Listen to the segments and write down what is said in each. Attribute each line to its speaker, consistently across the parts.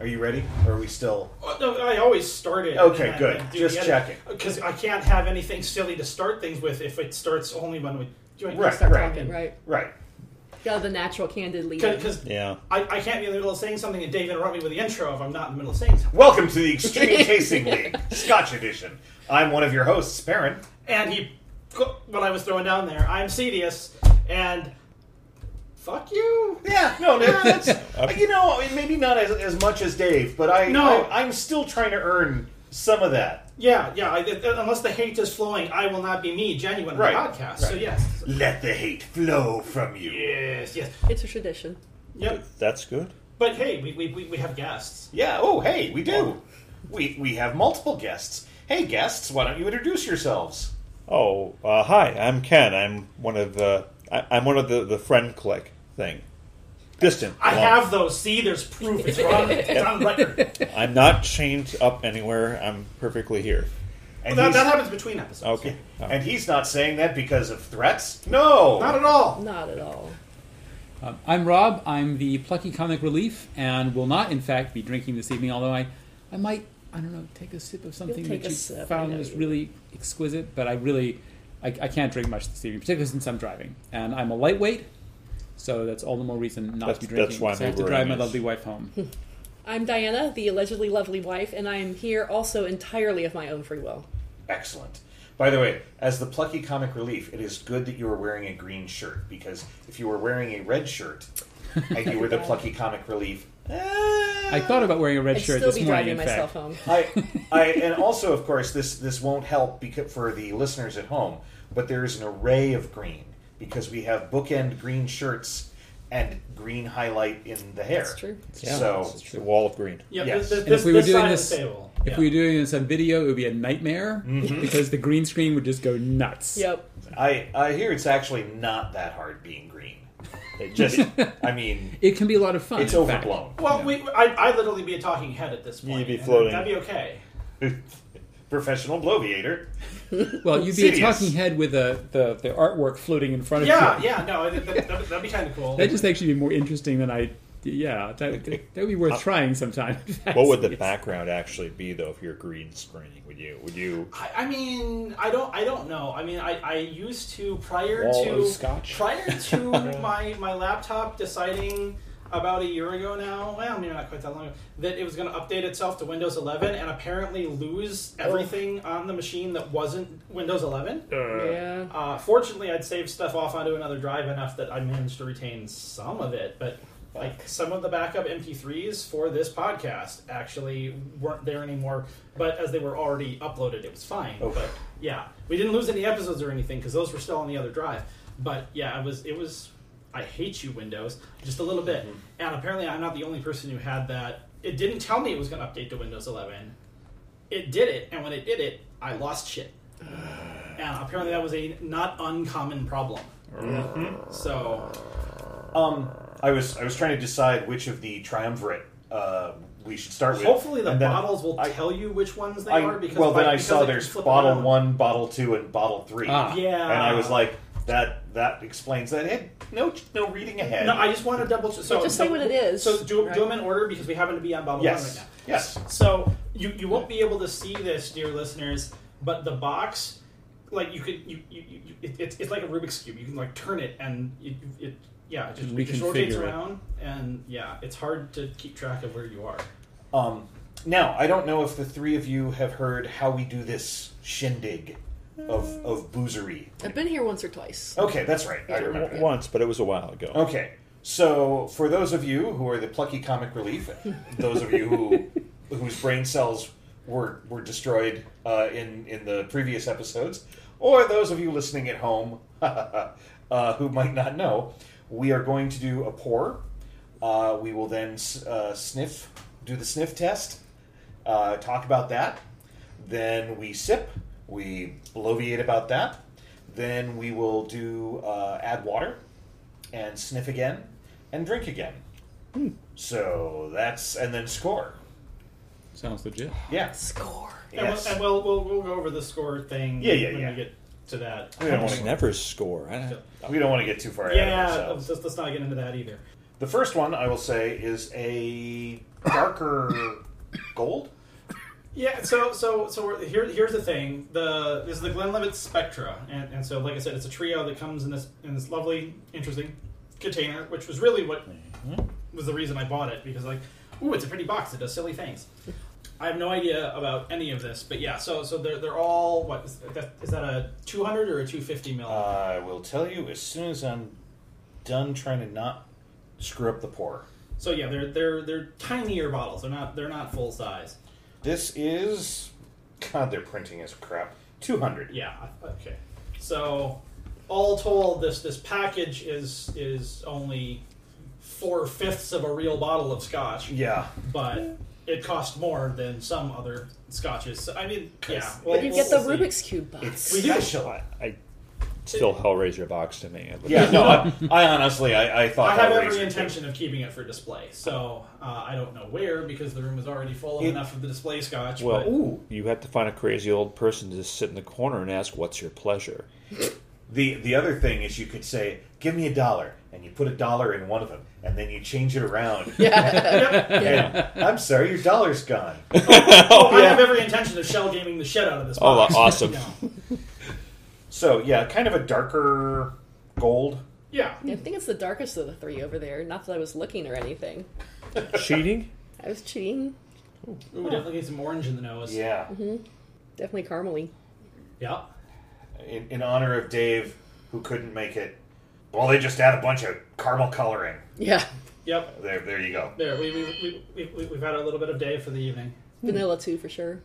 Speaker 1: Are you ready? Or are we still?
Speaker 2: Oh, no, I always start it.
Speaker 1: Okay, good. Just checking.
Speaker 2: Because I can't have anything silly to start things with if it starts only when we join.
Speaker 1: Right,
Speaker 2: start
Speaker 1: right.
Speaker 2: talking.
Speaker 3: Right.
Speaker 1: Right.
Speaker 3: Yeah, the natural candid leader.
Speaker 2: Because
Speaker 4: Yeah.
Speaker 2: I, I can't be in the middle of saying something and Dave interrupt me with the intro if I'm not in the middle of saying something.
Speaker 1: Welcome to the Extreme Tasting League, Scotch Edition. I'm one of your hosts, Perrin.
Speaker 2: And he, when I was throwing down there, I'm Cedius, and fuck you.
Speaker 1: Yeah, no, no that's you know maybe not as, as much as Dave, but I
Speaker 2: No.
Speaker 1: I, am still trying to earn some of that.
Speaker 2: Yeah, yeah. I, unless the hate is flowing, I will not be me, genuine
Speaker 1: Right,
Speaker 2: on the podcast. So
Speaker 1: right.
Speaker 2: yes,
Speaker 1: Let the hate flow from you.
Speaker 2: yes, yes.
Speaker 3: it's a tradition.
Speaker 2: Yep.
Speaker 4: That's good.
Speaker 2: But hey, we, we, we, we have guests.
Speaker 1: Yeah. Oh, hey, we do. We we have multiple guests. Hey, guests, why don't you introduce yourselves?
Speaker 4: Oh, uh, hi. I'm Ken. I'm one of the. I, I'm one of the the friend click thing. Distant.
Speaker 2: I
Speaker 4: Well,
Speaker 2: have those. See, there's proof. It's on, it's on record. Well,
Speaker 4: I'm not chained up anywhere. I'm perfectly here.
Speaker 1: And,
Speaker 2: that, that
Speaker 1: he's,
Speaker 2: happens between episodes.
Speaker 4: Okay. Uh,
Speaker 1: and he's not saying that because of threats. No.
Speaker 2: Not at all.
Speaker 3: Not at all.
Speaker 5: Um, I'm Rob. I'm the plucky comic relief, and will not, in fact, be drinking this evening. Although I, I might, I don't know, take a sip of something
Speaker 3: take
Speaker 5: that
Speaker 3: a
Speaker 5: you
Speaker 3: sip, I know
Speaker 5: found was
Speaker 3: you-
Speaker 5: really exquisite. But I really, I, I can't drink much this evening, particularly since I'm driving, and I'm a lightweight, so that's all the more reason not
Speaker 4: That's-
Speaker 5: to be
Speaker 4: that's
Speaker 5: drinking.
Speaker 4: why
Speaker 5: 'cause I have to
Speaker 4: my
Speaker 5: drive
Speaker 4: brain
Speaker 5: my
Speaker 4: is-
Speaker 5: lovely wife home.
Speaker 3: I'm Diana, the allegedly lovely wife, and I'm here also entirely of my own free will.
Speaker 1: Excellent. By the way, as the plucky comic relief, it is good that you are wearing a green shirt because if you were wearing a red shirt and you were the plucky comic relief, eh.
Speaker 5: I thought about wearing a red
Speaker 3: I'd
Speaker 5: shirt
Speaker 3: still
Speaker 5: this
Speaker 3: be
Speaker 5: morning.
Speaker 3: driving
Speaker 5: in fact.
Speaker 3: myself home.
Speaker 1: I, I, and also, of course, this this won't help because for the listeners at home, but there is an array of green because we have bookend green shirts and green highlight in the hair.
Speaker 3: That's true.
Speaker 4: yeah.
Speaker 1: So
Speaker 4: It's the wall of green.
Speaker 2: Yep.
Speaker 1: Yes.
Speaker 2: This,
Speaker 1: And
Speaker 5: And
Speaker 2: this,
Speaker 5: if we were
Speaker 2: this
Speaker 5: doing
Speaker 2: side
Speaker 5: this,
Speaker 2: of the table.
Speaker 5: if
Speaker 2: Yeah.
Speaker 5: we were doing this on video, it would be a nightmare
Speaker 4: Mm-hmm.
Speaker 5: because the green screen would just go nuts.
Speaker 3: Yep.
Speaker 1: I I hear it's actually not that hard being green. It just, I mean,
Speaker 5: It can be a lot of fun.
Speaker 1: it's
Speaker 5: in fact.
Speaker 1: overblown.
Speaker 2: well, we, I, I'd literally be a talking head at this point.
Speaker 4: You'd be
Speaker 2: and
Speaker 4: floating.
Speaker 2: That'd be okay.
Speaker 1: Professional bloviator.
Speaker 5: Well, you'd be a
Speaker 1: Sidious.
Speaker 5: talking head with a, the, the artwork floating in front of
Speaker 2: Yeah,
Speaker 5: you.
Speaker 2: yeah. No, that, that, that'd be kind of cool.
Speaker 5: That'd just actually be more interesting than I. Yeah, that, that would be worth trying sometime.
Speaker 4: Uh, What would the
Speaker 5: Yes.
Speaker 4: background actually be though if you're green screening? Would you? Would you?
Speaker 2: I, I mean, I don't, I don't know. I mean, I, I used to prior
Speaker 4: Wall
Speaker 2: to
Speaker 4: of scotch.
Speaker 2: prior to my my laptop deciding about a year ago now. Well, maybe not quite that long. ago, That it was going to update itself to Windows 11 and apparently lose everything on the machine that wasn't Windows 11.
Speaker 3: Yeah.
Speaker 2: Uh, fortunately, I'd saved stuff off onto another drive enough that I managed to retain some of it, but like some of the backup MP3s for this podcast actually weren't there anymore. But as they were already uploaded, it was fine.
Speaker 4: Oh,
Speaker 1: Oof.
Speaker 2: But yeah, we didn't lose any episodes or anything because those were still on the other drive. But yeah, it was it was. I hate you, Windows, just a little
Speaker 1: Mm-hmm.
Speaker 2: bit. And apparently, I'm not the only person who had that. It didn't tell me it was going to update to Windows 11. It did it, and when it did it, I lost shit. Yeah, apparently that was a not uncommon problem.
Speaker 1: Mm-hmm.
Speaker 2: So,
Speaker 1: Um, I was I was trying to decide which of the triumvirate uh, we should start with.
Speaker 2: hopefully the
Speaker 1: And then
Speaker 2: bottles will
Speaker 1: I-
Speaker 2: tell you which ones they
Speaker 1: I,
Speaker 2: are. Because
Speaker 1: well,
Speaker 2: if
Speaker 1: then I
Speaker 2: because
Speaker 1: saw
Speaker 2: can
Speaker 1: there's
Speaker 2: flip
Speaker 1: bottle
Speaker 2: around.
Speaker 1: one, bottle two, and bottle three.
Speaker 5: Ah.
Speaker 2: Yeah.
Speaker 1: And I was like, that that explains that. Hey, no, no reading ahead.
Speaker 2: No, I just want to double check. So
Speaker 3: But just say what it is,
Speaker 2: So do,
Speaker 3: right?
Speaker 2: do them in order because we happen to be on bottle one
Speaker 1: yes,
Speaker 2: right now.
Speaker 1: yes.
Speaker 2: So you you won't be able to see this, dear listeners, but the box, like you could you you, you you- it, it's it's like a Rubik's cube. You can like turn it and you, you, it yeah it just, it just
Speaker 5: Reconfigure
Speaker 2: rotates
Speaker 5: it.
Speaker 2: around and yeah it's hard to keep track of where you are.
Speaker 1: Um, now I don't know if the three of you have heard how we do this shindig of of boozery.
Speaker 3: I've been here once or twice.
Speaker 1: Okay, that's right. I remember.
Speaker 4: W- Once, but it was a while ago.
Speaker 1: Okay. So for those of you who are the plucky comic relief, those of you who whose brain cells were were destroyed uh, in in the previous episodes, or those of you listening at home uh, who might not know, we are going to do a pour. Uh, we will then s- uh, sniff, do the sniff test, uh, talk about that. Then we sip, we bloviate about that. Then we will do uh, add water and sniff again and drink again.
Speaker 2: Hmm.
Speaker 1: So that's and then score.
Speaker 5: Sounds legit.
Speaker 1: Yes.
Speaker 3: Score.
Speaker 1: Yes.
Speaker 2: And, we'll, and we'll, we'll we'll go over the score thing.
Speaker 1: Yeah, yeah,
Speaker 2: when
Speaker 1: yeah.
Speaker 2: We get to that.
Speaker 1: We
Speaker 4: I
Speaker 1: don't want
Speaker 4: almost
Speaker 1: to
Speaker 4: never score. I don't,
Speaker 1: we don't want to get too far ahead
Speaker 2: yeah,
Speaker 1: of ourselves.
Speaker 2: let's, let's not get into that either.
Speaker 1: The first one I will say is a darker gold.
Speaker 2: Yeah, so so so we're, here here's the thing. The this is the Glenlivet Spectra, and, and so like I said, it's a trio that comes in this in this lovely, interesting container, which was really what was the reason I bought it because like, ooh, it's a pretty box. It does silly things. I have no idea about any of this, but yeah, so so they're they're all what is that, is that a two hundred or a two fifty mil?
Speaker 1: I will tell you as soon as I'm done trying to not screw up the pour.
Speaker 2: so yeah, they're they're they're tinier bottles. They're not they're not full size.
Speaker 1: This is God. Their printing is crap. Two hundred.
Speaker 2: Yeah. I- Okay. So, all told, this this package is is only four fifths of a real bottle of scotch,
Speaker 1: Yeah.
Speaker 2: but it cost more than some other scotches. So, I mean, yeah.
Speaker 1: But
Speaker 2: Well,
Speaker 3: You
Speaker 2: we'll-
Speaker 3: get the
Speaker 2: we'll see.
Speaker 3: Rubik's Cube box.
Speaker 1: It's
Speaker 2: We do.
Speaker 1: special.
Speaker 4: I still Hellraiser box to me.
Speaker 1: Yeah. No. I, I honestly, I, I
Speaker 2: I
Speaker 1: thought
Speaker 2: have
Speaker 1: that
Speaker 2: every
Speaker 1: razor-
Speaker 2: intention of keeping it for display, so uh, I don't know where because the room is already full of
Speaker 1: It-
Speaker 2: enough of the display scotch.
Speaker 4: Well,
Speaker 2: but-
Speaker 1: Ooh.
Speaker 4: you have to find a crazy old person to just sit in the corner and ask, "What's your pleasure?"
Speaker 1: The the other thing is you could say, "Give me a dollar," and you put a dollar in one of them, and then you change it around.
Speaker 3: Yeah.
Speaker 1: And, I'm sorry, your dollar's gone.
Speaker 2: oh, uh, I have every intention of shell gaming the shit out of this.
Speaker 4: Oh,
Speaker 2: box.
Speaker 4: awesome.
Speaker 2: No.
Speaker 1: So yeah, kind of a darker gold.
Speaker 2: Yeah.
Speaker 3: I think it's the darkest of the three over there. Not that I was looking or anything.
Speaker 4: Cheating?
Speaker 3: I was cheating.
Speaker 2: Ooh, definitely get some orange in the nose.
Speaker 1: Yeah.
Speaker 3: Definitely caramely.
Speaker 2: Yeah.
Speaker 1: In, in honor of Dave, who couldn't make it. Well, they just add a bunch of caramel coloring.
Speaker 3: Yeah.
Speaker 2: Yep.
Speaker 1: There, there you go.
Speaker 2: There, we, we, we, we, we, we've had a little bit of day for the evening.
Speaker 3: Vanilla too, for sure.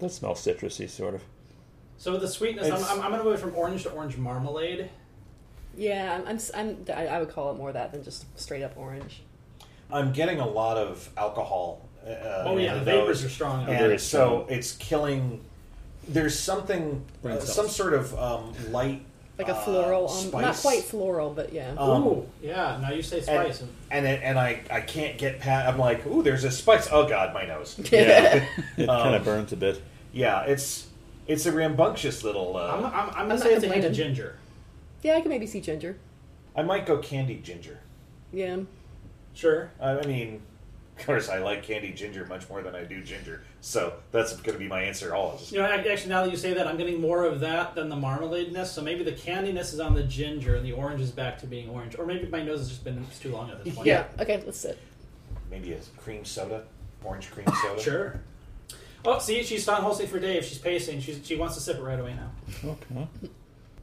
Speaker 4: That smells citrusy, sort of.
Speaker 2: So the sweetness, I'm,
Speaker 1: It's-
Speaker 2: I'm, I'm going to go from orange to orange marmalade.
Speaker 3: Yeah, I'm, I'm, s- I'm, I I would call it more that than just straight up orange.
Speaker 1: I'm getting a lot of alcohol. Uh,
Speaker 2: Oh, yeah, the vapors are strong.
Speaker 1: And
Speaker 4: Very
Speaker 1: so
Speaker 4: strong.
Speaker 1: it's killing. There's something,
Speaker 5: Brain
Speaker 1: uh,
Speaker 5: cells.
Speaker 1: some sort of um, light,
Speaker 3: Like a
Speaker 1: uh,
Speaker 3: floral, um,
Speaker 1: spice.
Speaker 3: not quite floral, but yeah.
Speaker 4: Oh.
Speaker 1: Um,
Speaker 2: Ooh, yeah, now you say
Speaker 1: and
Speaker 2: spice. And,
Speaker 1: and, it, and I, I can't get past. I'm like, ooh, there's a spice. Oh God, my nose.
Speaker 4: Yeah, it kind of burns a bit.
Speaker 1: yeah, it's it's a rambunctious little. Uh,
Speaker 2: I'm, I'm, I'm going to
Speaker 3: not
Speaker 2: say it's a hint
Speaker 3: complaining.
Speaker 2: of ginger.
Speaker 3: yeah, I can maybe see ginger.
Speaker 1: I might go candied ginger.
Speaker 3: Yeah.
Speaker 2: Sure.
Speaker 1: I I mean, of course, I like candied ginger much more than I do ginger, so that's going to be my answer. Oh, Always.
Speaker 2: You know, ac- actually, now that you say that, I'm getting more of that than the marmaladeness. So maybe the candiness is on the ginger and the orange is back to being orange. Or maybe my nose has just been it's too long at this point.
Speaker 1: Yeah.
Speaker 3: Okay, let's sit.
Speaker 1: Maybe a cream soda, orange cream soda.
Speaker 2: Sure. Oh, see, she's not hosting for Dave. She's pacing. She's, she wants to sip it right away now.
Speaker 4: Okay.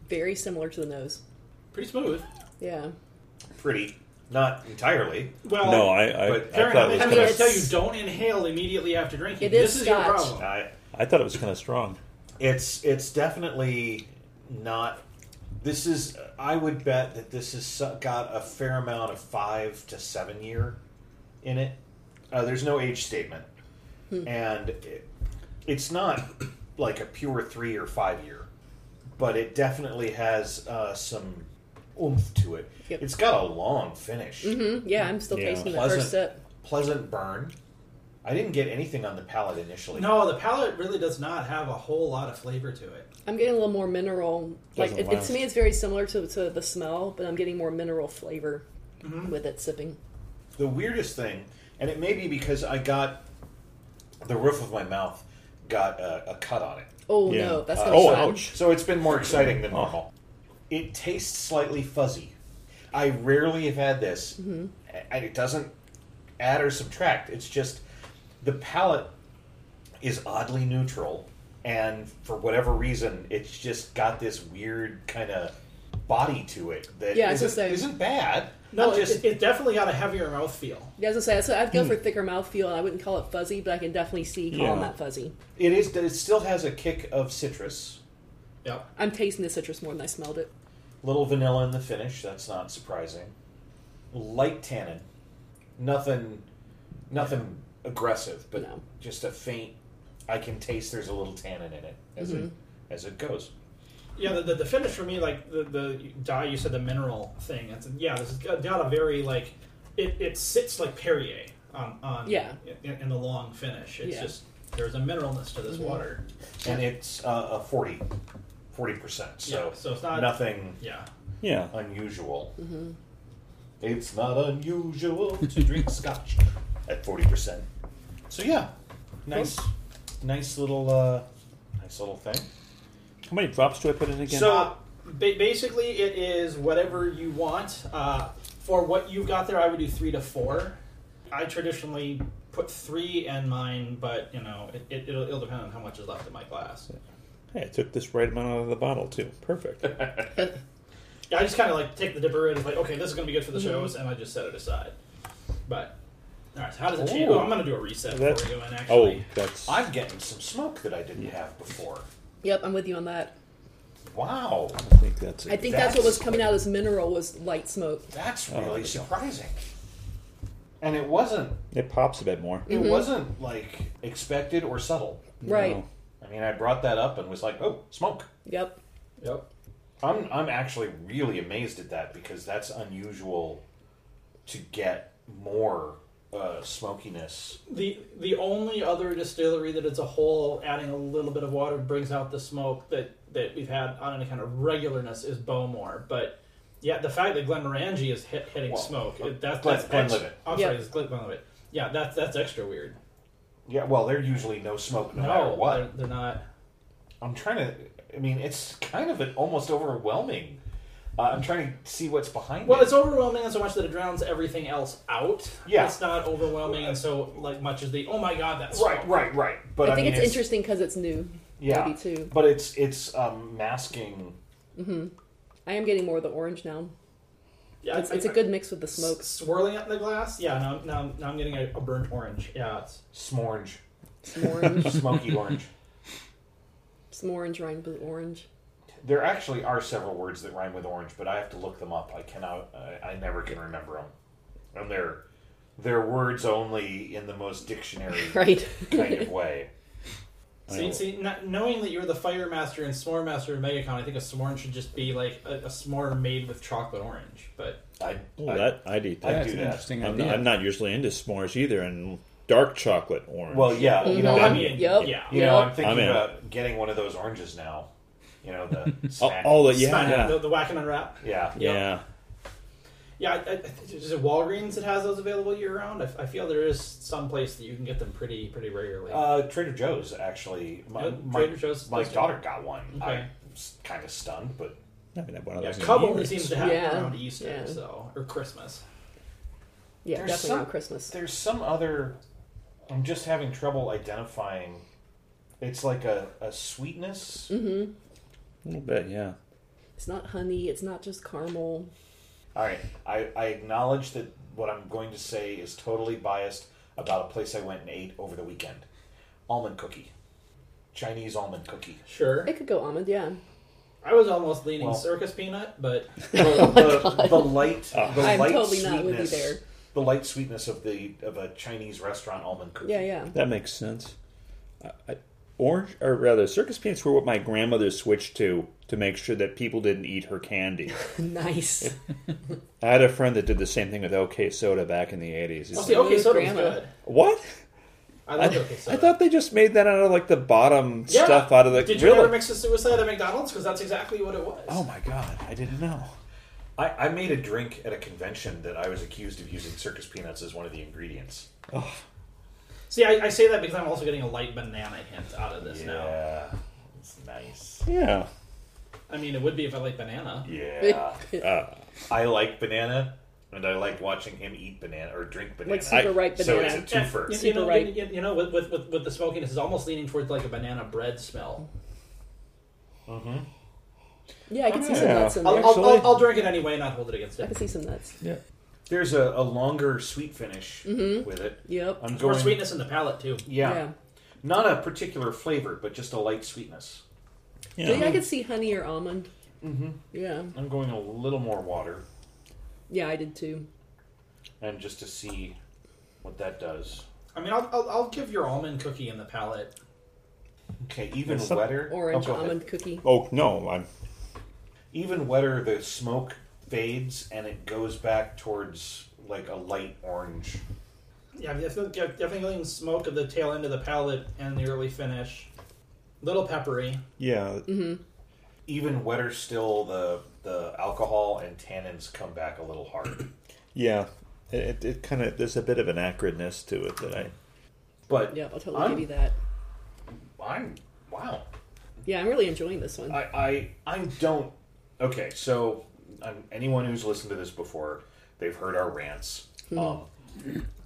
Speaker 3: Very similar to the nose.
Speaker 2: Pretty smooth.
Speaker 3: Yeah.
Speaker 1: Pretty, not entirely.
Speaker 2: Well,
Speaker 4: No, I, I,
Speaker 1: But
Speaker 4: I
Speaker 2: Karen,
Speaker 4: thought
Speaker 2: how many
Speaker 4: it was
Speaker 2: times
Speaker 4: kind
Speaker 2: did I
Speaker 4: of,
Speaker 2: tell you don't inhale immediately after drinking?
Speaker 3: It is
Speaker 2: this is your
Speaker 3: scotch.
Speaker 2: problem.
Speaker 1: I,
Speaker 4: I thought it was kind of strong.
Speaker 1: Uh, it's it's definitely not. This is. I would bet that this has so- got a fair amount of five to seven year in it. Uh, there's no age statement, and it, it's not like a pure three or five year, but it definitely has uh, some oomph to it.
Speaker 3: Yep.
Speaker 1: It's got a long finish,
Speaker 3: Mm, yeah, I'm still
Speaker 4: Yeah.
Speaker 3: tasting the
Speaker 1: Pleasant.
Speaker 3: first sip.
Speaker 1: pleasant burn. I didn't get anything on the palate initially.
Speaker 2: No, the palate really does not have a whole lot of flavor to it.
Speaker 3: I'm getting a little more mineral. Like
Speaker 4: Doesn't
Speaker 3: it, it,
Speaker 4: last.
Speaker 3: to me, it's very similar to, to the smell, but I'm getting more mineral flavor
Speaker 4: Mm-hmm.
Speaker 3: with it sipping.
Speaker 1: the weirdest thing, and it may be because I got the roof of my mouth got a, a cut on it,
Speaker 3: Oh
Speaker 4: Yeah.
Speaker 3: no, that's
Speaker 1: Uh,
Speaker 3: not
Speaker 4: Oh,
Speaker 3: fun.
Speaker 4: ouch.
Speaker 1: so it's been more exciting than normal. It tastes slightly fuzzy. I rarely have had this, and it doesn't add or subtract. It's just the palate is oddly neutral, and for whatever reason, it's just got this weird kind of body to it that
Speaker 3: Yeah, it's the
Speaker 1: isn't-
Speaker 3: same.
Speaker 1: isn't bad.
Speaker 2: No,
Speaker 1: I'm
Speaker 2: it, it definitely got a heavier mouthfeel.
Speaker 3: Yeah, as I say, so I'd go for thicker mouthfeel. I wouldn't call it fuzzy, but I can definitely see calling
Speaker 4: Hmm. Yeah.
Speaker 3: that fuzzy.
Speaker 1: It is. It still has a kick of citrus,
Speaker 2: Yep.
Speaker 3: I'm tasting the citrus more than I smelled it.
Speaker 1: little vanilla in the finish. That's not surprising. Light tannin, nothing, nothing aggressive, but
Speaker 3: No.
Speaker 1: just a faint. I can taste there's a little tannin in it as it as it goes.
Speaker 2: Yeah, the, the, the finish for me, like the, the dye, you said the mineral thing. It's, yeah, this has got, got a very, like, it, it sits like Perrier on, on
Speaker 3: Yeah.
Speaker 2: in, in the long finish. It's
Speaker 3: Yeah. Mm-hmm.
Speaker 2: just, there's a mineralness to this water.
Speaker 1: And it's uh, a 40 percent. So,
Speaker 2: Yeah, so it's not-
Speaker 1: nothing
Speaker 2: Yeah.
Speaker 4: Yeah. Mm-hmm.
Speaker 1: unusual. It's not unusual to drink scotch. at forty percent. So yeah, nice, nice little, uh, nice little thing.
Speaker 4: How many drops do I put in again?
Speaker 2: So ba- basically, it is whatever you want. Uh, for what you've got there, I would do three to four. I traditionally put three in mine, but you know, it, it, it'll, it'll depend on how much is left in my glass.
Speaker 4: hey, I took this right amount out of the bottle too. Perfect.
Speaker 2: Yeah, I just kind of like take the dipper and it's like, okay, this is gonna be good for the shows, and I just set it aside. But all right, so how does it change?
Speaker 1: Ooh.
Speaker 2: Oh, I'm gonna do a reset
Speaker 4: That-
Speaker 2: for you, and
Speaker 4: Oh,
Speaker 2: actually,
Speaker 4: that's
Speaker 1: I'm getting some smoke that I didn't have before.
Speaker 3: Yep, I'm with you on that.
Speaker 1: Wow,
Speaker 4: I think that's
Speaker 3: I
Speaker 4: it.
Speaker 3: think that's, what was
Speaker 1: That's-
Speaker 3: coming out of this mineral was light smoke.
Speaker 1: that's
Speaker 4: Oh, there
Speaker 1: really
Speaker 4: we go.
Speaker 1: surprising. And it wasn't.
Speaker 4: It pops a bit more.
Speaker 1: It wasn't like expected or subtle.
Speaker 3: Right.
Speaker 4: No.
Speaker 1: I mean, I brought that up and was like, "Oh, smoke."
Speaker 3: Yep.
Speaker 2: yep.
Speaker 1: I'm I'm actually really amazed at that because that's unusual to get more uh, smokiness.
Speaker 2: The the only other distillery that it's a whole adding a little bit of water brings out the smoke that, that we've had on any kind of regularness is Bowmore. But yeah, the fact that Glenmorangie is hit, hitting
Speaker 1: Well,
Speaker 2: smoke
Speaker 1: uh,
Speaker 2: it, that's
Speaker 1: Glen-
Speaker 2: that's ex-
Speaker 1: Glenlivet.
Speaker 2: I'm
Speaker 3: Yeah.
Speaker 2: sorry, it's Glen- Glenlivet. Yeah, that's that's extra weird.
Speaker 1: Yeah, well, they're usually no smoke no,
Speaker 2: No,
Speaker 1: matter what.
Speaker 2: They're, they're not.
Speaker 1: I'm trying to. I mean, it's kind of an almost overwhelming. Uh, I'm trying to see what's behind
Speaker 2: Well,
Speaker 1: it.
Speaker 2: it's overwhelming in so much that it drowns everything else out.
Speaker 1: Yeah.
Speaker 2: it's not overwhelming, and so like much as the oh my god, that's
Speaker 1: right, right, right. But I,
Speaker 3: I think
Speaker 1: mean,
Speaker 3: it's, interesting because it's new.
Speaker 1: Yeah,
Speaker 3: maybe too.
Speaker 1: but it's it's um, masking.
Speaker 3: I am getting more of the orange now.
Speaker 2: Yeah,
Speaker 3: It's,
Speaker 2: I-
Speaker 3: it's a
Speaker 2: I-
Speaker 3: good mix with the
Speaker 2: s-
Speaker 3: smoke.
Speaker 2: swirling up in the glass. Yeah, now, now, now I'm getting a, a burnt orange. Yeah, it's
Speaker 1: Smorge,
Speaker 3: Orange,
Speaker 1: smoky orange.
Speaker 3: some orange rhymed with orange.
Speaker 1: There actually are several words that rhyme with orange, but I have to look them up. I cannot. I, I never can remember them, and they're they're words only in the most dictionary
Speaker 3: Right.
Speaker 1: kind of way.
Speaker 2: see,
Speaker 4: know.
Speaker 2: see not, knowing that you're the fire master and s'more master of MegaCon, I think a s'more should just be like a, a s'more made with chocolate orange. But
Speaker 1: I,
Speaker 4: Oh,
Speaker 1: I-
Speaker 4: that I'd eat that.
Speaker 5: That's
Speaker 1: do
Speaker 5: an
Speaker 1: that.
Speaker 5: interesting
Speaker 4: I'm
Speaker 5: idea.
Speaker 4: not, I'm not usually into s'mores either, and dark chocolate orange.
Speaker 1: well, yeah, you know,
Speaker 2: I
Speaker 1: I'm,
Speaker 2: mean,
Speaker 3: Mm-hmm. Yep.
Speaker 2: yeah,
Speaker 1: you know, I'm
Speaker 4: I'm
Speaker 1: thinking
Speaker 4: in.
Speaker 1: about getting one of those oranges now. You know, the
Speaker 4: all,
Speaker 1: snack.
Speaker 4: all the,
Speaker 2: Smack-
Speaker 4: yeah, yeah,
Speaker 2: the, the whack and unwrap.
Speaker 1: yeah,
Speaker 2: yeah.
Speaker 4: yeah.
Speaker 2: Yeah, I, I, I think- is it Walgreens that has those available year round? I, I feel there is some place that you can get them pretty pretty regularly.
Speaker 1: Uh, Trader Joe's actually. My,
Speaker 2: Yeah,
Speaker 1: my-
Speaker 2: Trader Joe's
Speaker 1: My
Speaker 2: does do
Speaker 1: daughter got one.
Speaker 2: Okay.
Speaker 1: I'm kind of stunned, but
Speaker 4: I haven't had one of
Speaker 2: yeah,
Speaker 4: those. in
Speaker 2: Cub only
Speaker 4: years.
Speaker 2: seems to have
Speaker 3: Yeah,
Speaker 2: around Easter,
Speaker 3: yeah.
Speaker 2: so or Christmas.
Speaker 3: Yeah,
Speaker 1: There's
Speaker 3: definitely
Speaker 1: some-
Speaker 3: around Christmas.
Speaker 1: there's some other. I'm just having trouble identifying. It's like a, a sweetness.
Speaker 3: Mm-hmm.
Speaker 4: a little bit, yeah.
Speaker 3: It's not honey. It's not just caramel.
Speaker 1: All right, I, I acknowledge that what I'm going to say is totally biased about a place I went and ate over the weekend. Almond cookie, Chinese almond cookie.
Speaker 2: Sure,
Speaker 3: It could go almond. Yeah.
Speaker 2: I was almost leaning
Speaker 1: Well-
Speaker 2: circus peanut, but
Speaker 1: the, the, the light, the
Speaker 3: Oh I'm
Speaker 1: light
Speaker 3: totally
Speaker 1: sweetness,
Speaker 3: not with you there.
Speaker 1: the light sweetness of the of a Chinese restaurant almond cookie.
Speaker 3: Yeah. Yeah.
Speaker 4: That makes sense. I, I, orange, or rather, circus peanuts were what my grandmother switched to to make sure that people didn't eat her candy.
Speaker 3: Nice.
Speaker 4: I had a friend that did the same thing with OK Soda back in the 80s. It's
Speaker 2: I'll
Speaker 4: like,
Speaker 2: see. Okay,
Speaker 3: Ooh,
Speaker 2: so
Speaker 3: grandma.
Speaker 2: good.
Speaker 4: what?
Speaker 2: I
Speaker 4: I,
Speaker 2: love okay, so
Speaker 4: I thought they just made that out of like the bottom
Speaker 2: Yeah.
Speaker 4: stuff out of the.
Speaker 2: Did you
Speaker 4: really?
Speaker 2: ever mix the suicide at McDonald's? Because that's exactly what it was.
Speaker 4: oh my god, I didn't know.
Speaker 1: I, I made a drink at a convention that I was accused of using circus peanuts as one of the ingredients.
Speaker 2: See, I, I say that because I'm also getting a light banana hint out of this now.
Speaker 1: Yeah, it's nice.
Speaker 4: Yeah.
Speaker 2: I mean, it would be if I like banana.
Speaker 1: Yeah, I like banana, and I like watching him eat banana or drink banana.
Speaker 3: like super
Speaker 4: I-
Speaker 3: ripe
Speaker 1: so
Speaker 3: banana.
Speaker 1: it's a twofer.
Speaker 2: You, you
Speaker 3: Super
Speaker 2: know,
Speaker 3: right.
Speaker 2: you, you know with, with, with, with the smokiness, is almost leaning towards like a banana bread smell.
Speaker 3: yeah, I can see some
Speaker 4: Yeah.
Speaker 3: nuts in
Speaker 2: I'll,
Speaker 3: there.
Speaker 2: I'll,
Speaker 4: Actually-
Speaker 2: I'll, I'll drink it anyway and not hold it against
Speaker 3: I
Speaker 2: it.
Speaker 3: can see some nuts.
Speaker 4: Yeah.
Speaker 1: There's a, a longer sweet finish
Speaker 3: Mm-hmm.
Speaker 1: with it.
Speaker 3: Yep.
Speaker 1: I'm
Speaker 2: More
Speaker 1: going.
Speaker 2: sweetness in the palate too.
Speaker 1: Yeah. not a particular flavor, but just a light sweetness.
Speaker 3: Yeah.
Speaker 4: Yeah.
Speaker 3: I could see honey or almond. Mm-hmm. Yeah.
Speaker 1: I'm going a little more water,
Speaker 3: Yeah, I did too.
Speaker 1: and just to see what that does.
Speaker 2: I mean, I'll, I'll, I'll give your almond cookie in the palate.
Speaker 1: Okay, even
Speaker 4: Some-
Speaker 1: wetter.
Speaker 3: Orange
Speaker 1: oh, go ahead.
Speaker 3: almond cookie.
Speaker 4: Oh no, I'm
Speaker 1: Even wetter, the smoke fades and it goes back towards like a light orange.
Speaker 2: Yeah, I feel yeah, definitely lean smoke of the tail end of the palate and the early finish. Little peppery.
Speaker 4: yeah.
Speaker 2: Mm-hmm.
Speaker 1: Even wetter still, the the alcohol and tannins come back a little hard.
Speaker 4: Yeah. It, it, it kind of there's a bit of an acridness to it that I.
Speaker 1: But
Speaker 3: Yeah, I'll totally
Speaker 1: I'm-
Speaker 3: give you that.
Speaker 1: I'm wow.
Speaker 3: Yeah, I'm really enjoying this one.
Speaker 1: I I, I don't. Okay, so um, anyone who's listened to this before, they've heard our rants. Um,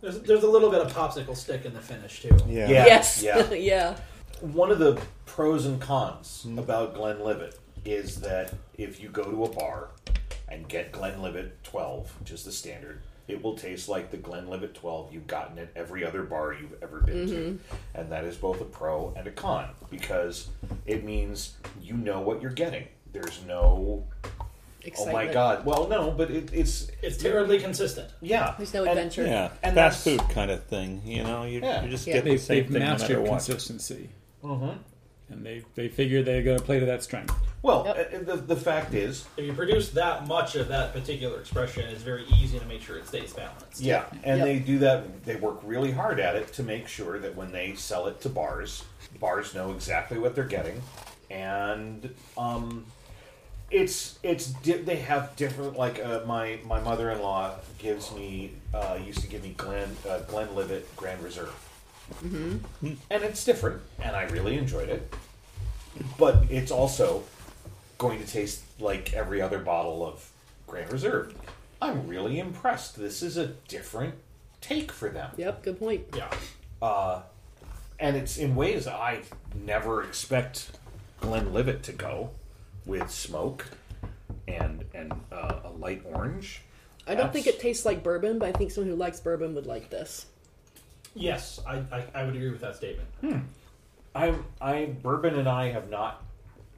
Speaker 2: There's, there's a little bit of popsicle stick in the finish too.
Speaker 4: Yeah.
Speaker 1: Yeah.
Speaker 3: yes.
Speaker 1: yeah.
Speaker 3: yeah.
Speaker 1: one of the pros and cons about Glenlivet is that if you go to a bar and get Glenlivet 12, which is the standard, it will taste like the Glenlivet 12 you've gotten at every other bar you've ever been to.
Speaker 3: Mm-hmm.
Speaker 1: And that is both a pro and a con because it means you know what you're getting. There's no, oh my
Speaker 3: Excitement.
Speaker 1: God. Well, no, but it, it's,
Speaker 2: It's terribly consistent.
Speaker 1: yeah.
Speaker 3: There's no
Speaker 1: And-
Speaker 3: adventure.
Speaker 4: Yeah,
Speaker 1: And that's-
Speaker 4: fast food kind of thing. You know, you
Speaker 1: Yeah.
Speaker 4: you just
Speaker 3: Yeah.
Speaker 4: get the
Speaker 5: They've,
Speaker 4: same
Speaker 5: they've
Speaker 4: thing no matter
Speaker 5: mastered
Speaker 4: what.
Speaker 5: consistency.
Speaker 2: Mm-hmm.
Speaker 5: And they, they figure they're going to play to that strength.
Speaker 1: Well,
Speaker 3: Yep.
Speaker 1: uh, the, the fact is,
Speaker 2: If you produce that much of that particular expression, it's very easy to make sure it stays balanced.
Speaker 1: Yeah, and
Speaker 3: Yep.
Speaker 1: they do that. They work really hard at it to make sure that when they sell it to bars, bars know exactly what they're getting, and um, it's it's di- they have different. Like uh, my my mother in law gives me uh, used to give me Glen uh, Glenlivet Grand Reserve, and it's different, and I really enjoyed it, but it's also going to taste like every other bottle of Grand Reserve. I'm really impressed. This is a different take for them.
Speaker 3: Yep, good point.
Speaker 2: Yeah.
Speaker 1: And it's in ways I never expect Glenlivet to go with smoke and and uh, a light orange.
Speaker 3: I don't think it tastes like bourbon, but I think someone who likes bourbon would like this.
Speaker 2: Yes, I, I, I would agree with that statement.
Speaker 1: I'm I bourbon and I have not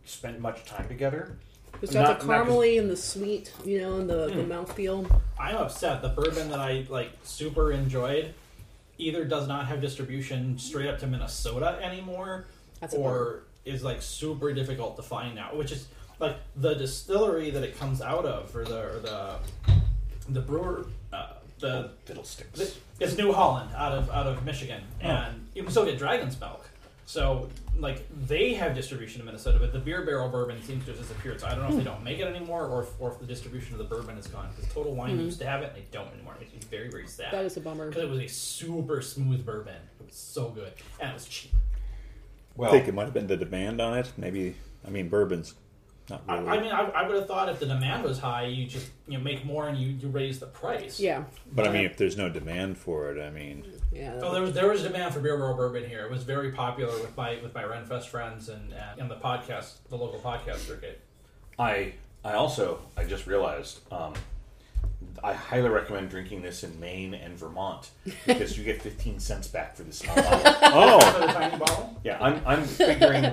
Speaker 1: spent much time together.
Speaker 3: It's got the
Speaker 1: Not- not-
Speaker 3: caramelly and the sweet, you know, and the,
Speaker 4: Mm.
Speaker 3: the mouthfeel.
Speaker 2: I'm upset. The bourbon that I like super enjoyed either does not have distribution straight up to Minnesota anymore,
Speaker 3: That's a
Speaker 2: or is like super difficult to find now. Which is like the distillery that it comes out of, or the or the the brewer, uh, the
Speaker 1: Fiddlesticks.
Speaker 2: it's New Holland out of out of Michigan,
Speaker 3: Oh.
Speaker 2: and you can still get Dragon's Milk. So like they have distribution in Minnesota, but the beer barrel bourbon seems to have disappeared. So I don't know if
Speaker 3: Hmm.
Speaker 2: they don't make it anymore, or if, or if the distribution of the bourbon is gone. Because Total Wine used to have it, and they don't anymore. It makes me very very sad.
Speaker 3: Hmm. That is a bummer.
Speaker 2: because it was a super smooth bourbon. It was so good, and it was cheap.
Speaker 1: Well,
Speaker 4: I think it might have been the demand on it. Maybe I mean bourbon's not
Speaker 2: I,
Speaker 4: really.
Speaker 3: Mm-hmm.
Speaker 2: I mean, I, I would have thought if the demand was high, you just you know, make more and you, you raise the price.
Speaker 3: Yeah,
Speaker 4: but I mean, if there's no demand for it, I mean,
Speaker 3: yeah.
Speaker 2: Oh, there was there was demand for beer barrel bourbon here. It was very popular with my with my Renfest friends and and, and the podcast, the local podcast circuit.
Speaker 1: I I also I just realized um, I highly recommend drinking this in Maine and Vermont because you get 15 cents back for this.
Speaker 4: oh,
Speaker 2: Another tiny bottle.
Speaker 1: yeah, I'm I'm figuring.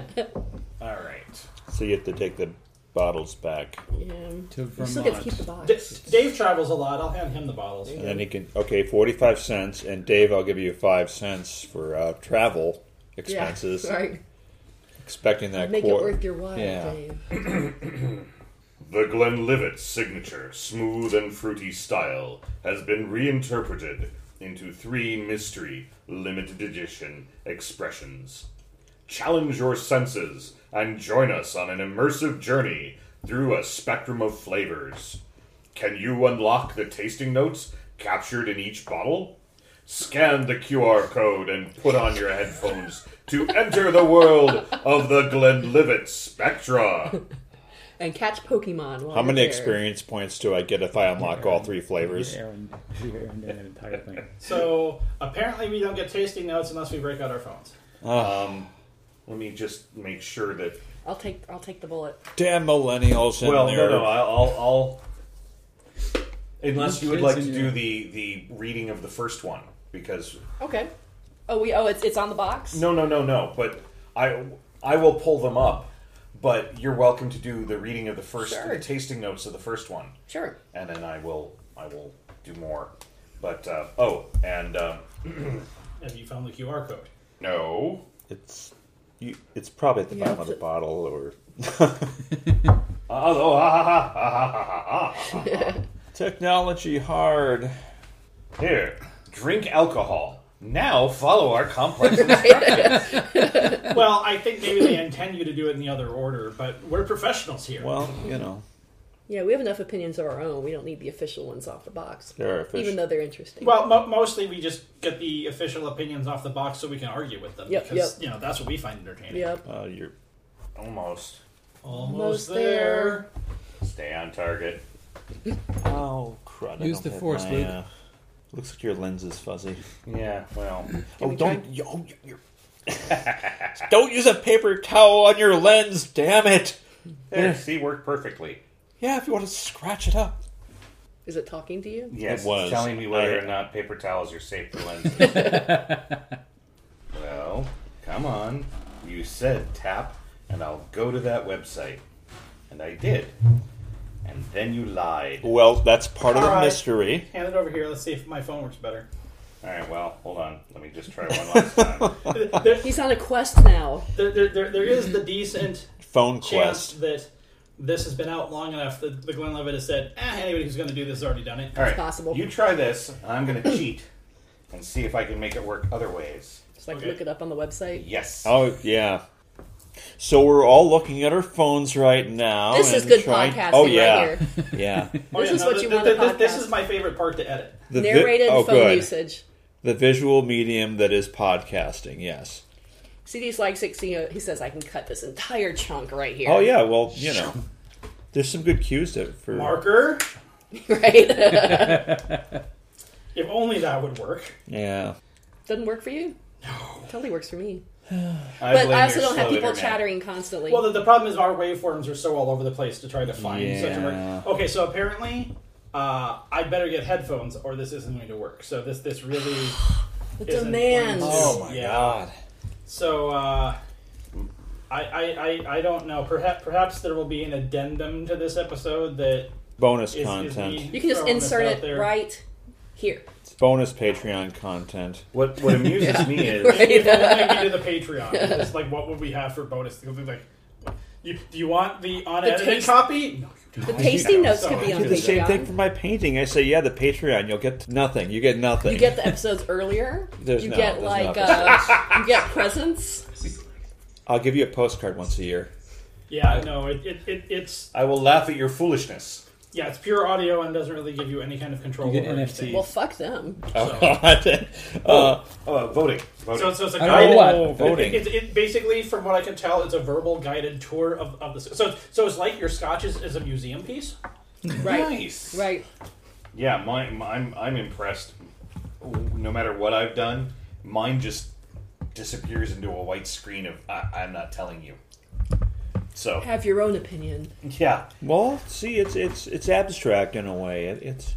Speaker 1: All right,
Speaker 4: so you have to take the bottles back,
Speaker 3: yeah.
Speaker 5: To uh,
Speaker 3: You still get to keep the
Speaker 5: Vermont.
Speaker 2: D-
Speaker 3: box.
Speaker 2: Dave travels a lot. I'll hand him the bottles.
Speaker 4: and then you can okay, forty five cents, and Dave, I'll give you five cents for uh, travel
Speaker 3: Yeah,
Speaker 4: expenses.
Speaker 3: right.
Speaker 4: Expecting that
Speaker 3: Make it
Speaker 4: quar-
Speaker 3: worth your while,
Speaker 4: Yeah.
Speaker 3: Dave.
Speaker 6: The Glenlivet signature smooth and fruity style has been reinterpreted into three mystery limited edition expressions. Challenge your senses and join us on an immersive journey through a spectrum of flavors. Can you unlock the tasting notes captured in each bottle? Scan the QR code and put on your headphones to enter the world of the Glenlivet Spectra.
Speaker 3: And catch Pokemon. While
Speaker 4: How
Speaker 3: you're
Speaker 4: many
Speaker 3: there.
Speaker 4: experience points do I get if I unlock all three flavors?
Speaker 5: Aaron, Aaron did that entire thing.
Speaker 2: So apparently we don't get tasting notes unless we break out our phones.
Speaker 1: let me just make sure that.
Speaker 3: I'll take. I'll take the bullet.
Speaker 4: Damn millennials and
Speaker 1: Well, no,
Speaker 4: their
Speaker 1: no, I'll I'll. I'll unless you would like to
Speaker 5: Kids in
Speaker 1: do
Speaker 5: your-
Speaker 1: the the reading of the first one because
Speaker 3: Okay. Oh, we. Oh, it's it's on the box.
Speaker 1: no, no, no, no. But I I will pull them up. But you're welcome to do the reading of the first
Speaker 3: Sure.
Speaker 1: the tasting notes of the first one.
Speaker 3: Sure.
Speaker 1: and then I will I will do more. But uh, oh, and um,
Speaker 2: Have you found the QR code?
Speaker 6: No.
Speaker 4: It's you, it's probably at the
Speaker 3: Yeah,
Speaker 4: bottom of
Speaker 3: it's
Speaker 4: the
Speaker 3: a-
Speaker 4: bottle, or
Speaker 1: oh, oh, ah, ah, ah,
Speaker 4: technology hard.
Speaker 1: ah. here, drink alcohol. Now follow our complex instructions.
Speaker 2: well, I think maybe they intend you to do it in the other order, but we're professionals here.
Speaker 4: Well, you know,
Speaker 3: Yeah, we have enough opinions of our own. We don't need the official ones off the box,
Speaker 4: There are fish.
Speaker 3: even though they're interesting.
Speaker 2: Well, mo- mostly we just get the official opinions off the box so we can argue with them
Speaker 3: Yep,
Speaker 2: because
Speaker 3: yep.
Speaker 2: you know that's what we find entertaining.
Speaker 3: yep.
Speaker 4: uh, you're
Speaker 6: Almost.
Speaker 2: Almost
Speaker 3: Almost
Speaker 2: there.
Speaker 6: Stay on target.
Speaker 4: oh crud! I
Speaker 5: Use
Speaker 4: don't
Speaker 5: the
Speaker 4: have
Speaker 5: force,
Speaker 4: my,
Speaker 5: Luke.
Speaker 4: uh, looks like your lens is fuzzy.
Speaker 7: Yeah, well,
Speaker 4: Oh,
Speaker 3: we
Speaker 4: don't you, oh, you- you're... don't use a paper towel on your lens. Damn it!
Speaker 7: there, see, worked perfectly.
Speaker 4: Yeah, if you want to scratch it up.
Speaker 3: Is it talking to you?
Speaker 7: Yes,
Speaker 4: It was.
Speaker 7: it's telling me whether
Speaker 4: I-
Speaker 7: or not paper towels are safe for lenses. well, come on. You said tap, and I'll go to that website. And I did. And then you lied.
Speaker 4: Well, that's part of the
Speaker 2: All right.
Speaker 4: mystery.
Speaker 2: Hand it over here. Let's see if my phone works better.
Speaker 7: All right, well, hold on. Let me just try one last time.
Speaker 2: there,
Speaker 3: He's on a quest now.
Speaker 2: there, there, there, there is the decent
Speaker 4: Phone
Speaker 2: chance
Speaker 4: quest.
Speaker 2: that this has been out long enough that the Glenlivet has said, eh, anybody who's going to do this has already done it.
Speaker 7: All right,
Speaker 3: possible.
Speaker 7: you try this. and I'm going to cheat and see if I can make it work other ways.
Speaker 3: Just like
Speaker 2: Okay.
Speaker 3: look it up on the website.
Speaker 7: Yes.
Speaker 4: Oh yeah. So we're all looking at our phones right now.
Speaker 3: This is
Speaker 4: and
Speaker 3: good
Speaker 4: trying-
Speaker 3: podcasting
Speaker 4: Oh yeah,
Speaker 3: right here.
Speaker 4: yeah.
Speaker 2: Oh,
Speaker 3: This
Speaker 2: yeah,
Speaker 3: is
Speaker 2: no,
Speaker 3: what
Speaker 2: th-
Speaker 3: you
Speaker 2: th-
Speaker 3: want a
Speaker 2: th- This
Speaker 3: podcast.
Speaker 2: is my favorite part to edit.
Speaker 4: The vi-
Speaker 3: Narrated
Speaker 4: oh,
Speaker 3: phone
Speaker 4: good.
Speaker 3: usage.
Speaker 4: The visual medium that is podcasting. Yes.
Speaker 3: CD's like 16. He says, I can cut this entire chunk right here.
Speaker 4: Oh yeah. Well, you know, there's some good cues to for.
Speaker 2: Marker.
Speaker 3: Right?
Speaker 2: If only that would work.
Speaker 4: Yeah.
Speaker 3: Doesn't work for you? No. Totally works for me.
Speaker 7: I
Speaker 3: But
Speaker 7: blame
Speaker 3: I also
Speaker 7: your
Speaker 3: don't
Speaker 7: slow
Speaker 3: have people
Speaker 7: internet.
Speaker 3: chattering constantly.
Speaker 2: Well, the, the problem is our waveforms are so all over the place to try to find such a
Speaker 4: Yeah.
Speaker 2: work. Okay, so apparently, uh, I better get headphones or this isn't going to work. So this this really
Speaker 3: the
Speaker 2: isn't
Speaker 3: demands.
Speaker 2: going to-
Speaker 4: Oh my
Speaker 2: Yeah.
Speaker 4: god.
Speaker 2: So uh, I, I I I don't know. Perhaps perhaps there will be an addendum to this episode that
Speaker 4: Bonus
Speaker 2: is, is
Speaker 4: content.
Speaker 2: me
Speaker 3: You can just
Speaker 2: throwing this
Speaker 3: insert
Speaker 2: out
Speaker 3: it
Speaker 2: there.
Speaker 3: right here.
Speaker 4: Bonus Patreon content.
Speaker 7: What, what amuses me is
Speaker 2: If only we did the Patreon. It's like, what would we have for bonus? Because it's like, you, do you want the unedited
Speaker 3: taste-
Speaker 2: copy? No, you
Speaker 3: The
Speaker 2: don't.
Speaker 3: tasting notes
Speaker 2: so-
Speaker 3: could be
Speaker 2: I
Speaker 3: on
Speaker 4: did the same thing for
Speaker 3: Patreon.
Speaker 4: my painting. I say, yeah, the Patreon. You'll get nothing. You get nothing.
Speaker 3: You get the episodes earlier.
Speaker 4: There's
Speaker 3: you
Speaker 4: no-
Speaker 3: get
Speaker 4: there's no
Speaker 3: like uh, you get presents.
Speaker 4: I'll give you a postcard once a year.
Speaker 2: Yeah, no, it, it, it, it's
Speaker 7: I will laugh at your foolishness.
Speaker 2: yeah, it's pure audio and doesn't really give you any kind of control.
Speaker 5: You get
Speaker 2: over
Speaker 5: NFTs.
Speaker 2: anything.
Speaker 3: Well, fuck them.
Speaker 4: Oh God. uh,
Speaker 7: Oh, uh, voting. voting.
Speaker 2: So, so it's a
Speaker 5: I don't
Speaker 2: guided.
Speaker 5: know what.
Speaker 4: oh, voting.
Speaker 2: It, it, it basically, from what I can tell, it's a verbal guided tour of, of the. So, so it's like your scotch is, is a museum piece.
Speaker 3: Right.
Speaker 7: Nice.
Speaker 3: Right.
Speaker 7: Yeah, my, my, I'm I'm impressed. No matter what I've done, mine just disappears into a white screen of I, I'm not telling you. So
Speaker 3: Have your own opinion.
Speaker 7: yeah,
Speaker 4: well, see, it's it's it's abstract in a way. It, it's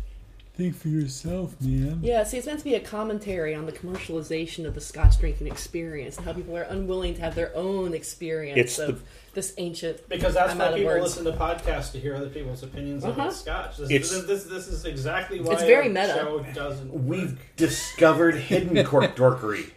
Speaker 5: Think for yourself, man.
Speaker 3: Yeah, see, it's meant to be a commentary on the commercialization of the Scotch drinking experience and how people are unwilling to have their own experience
Speaker 4: It's
Speaker 3: of
Speaker 4: the-
Speaker 3: this ancient.
Speaker 2: Because that's
Speaker 3: I'm
Speaker 2: why
Speaker 3: out of
Speaker 2: people
Speaker 3: words.
Speaker 2: listen to podcasts to hear other people's opinions on
Speaker 3: Uh-huh.
Speaker 2: Scotch. This,
Speaker 4: It's-
Speaker 2: this, this, this is exactly why
Speaker 3: It's very
Speaker 2: our
Speaker 3: meta.
Speaker 2: show doesn't.
Speaker 7: we've discovered hidden cork dorkery,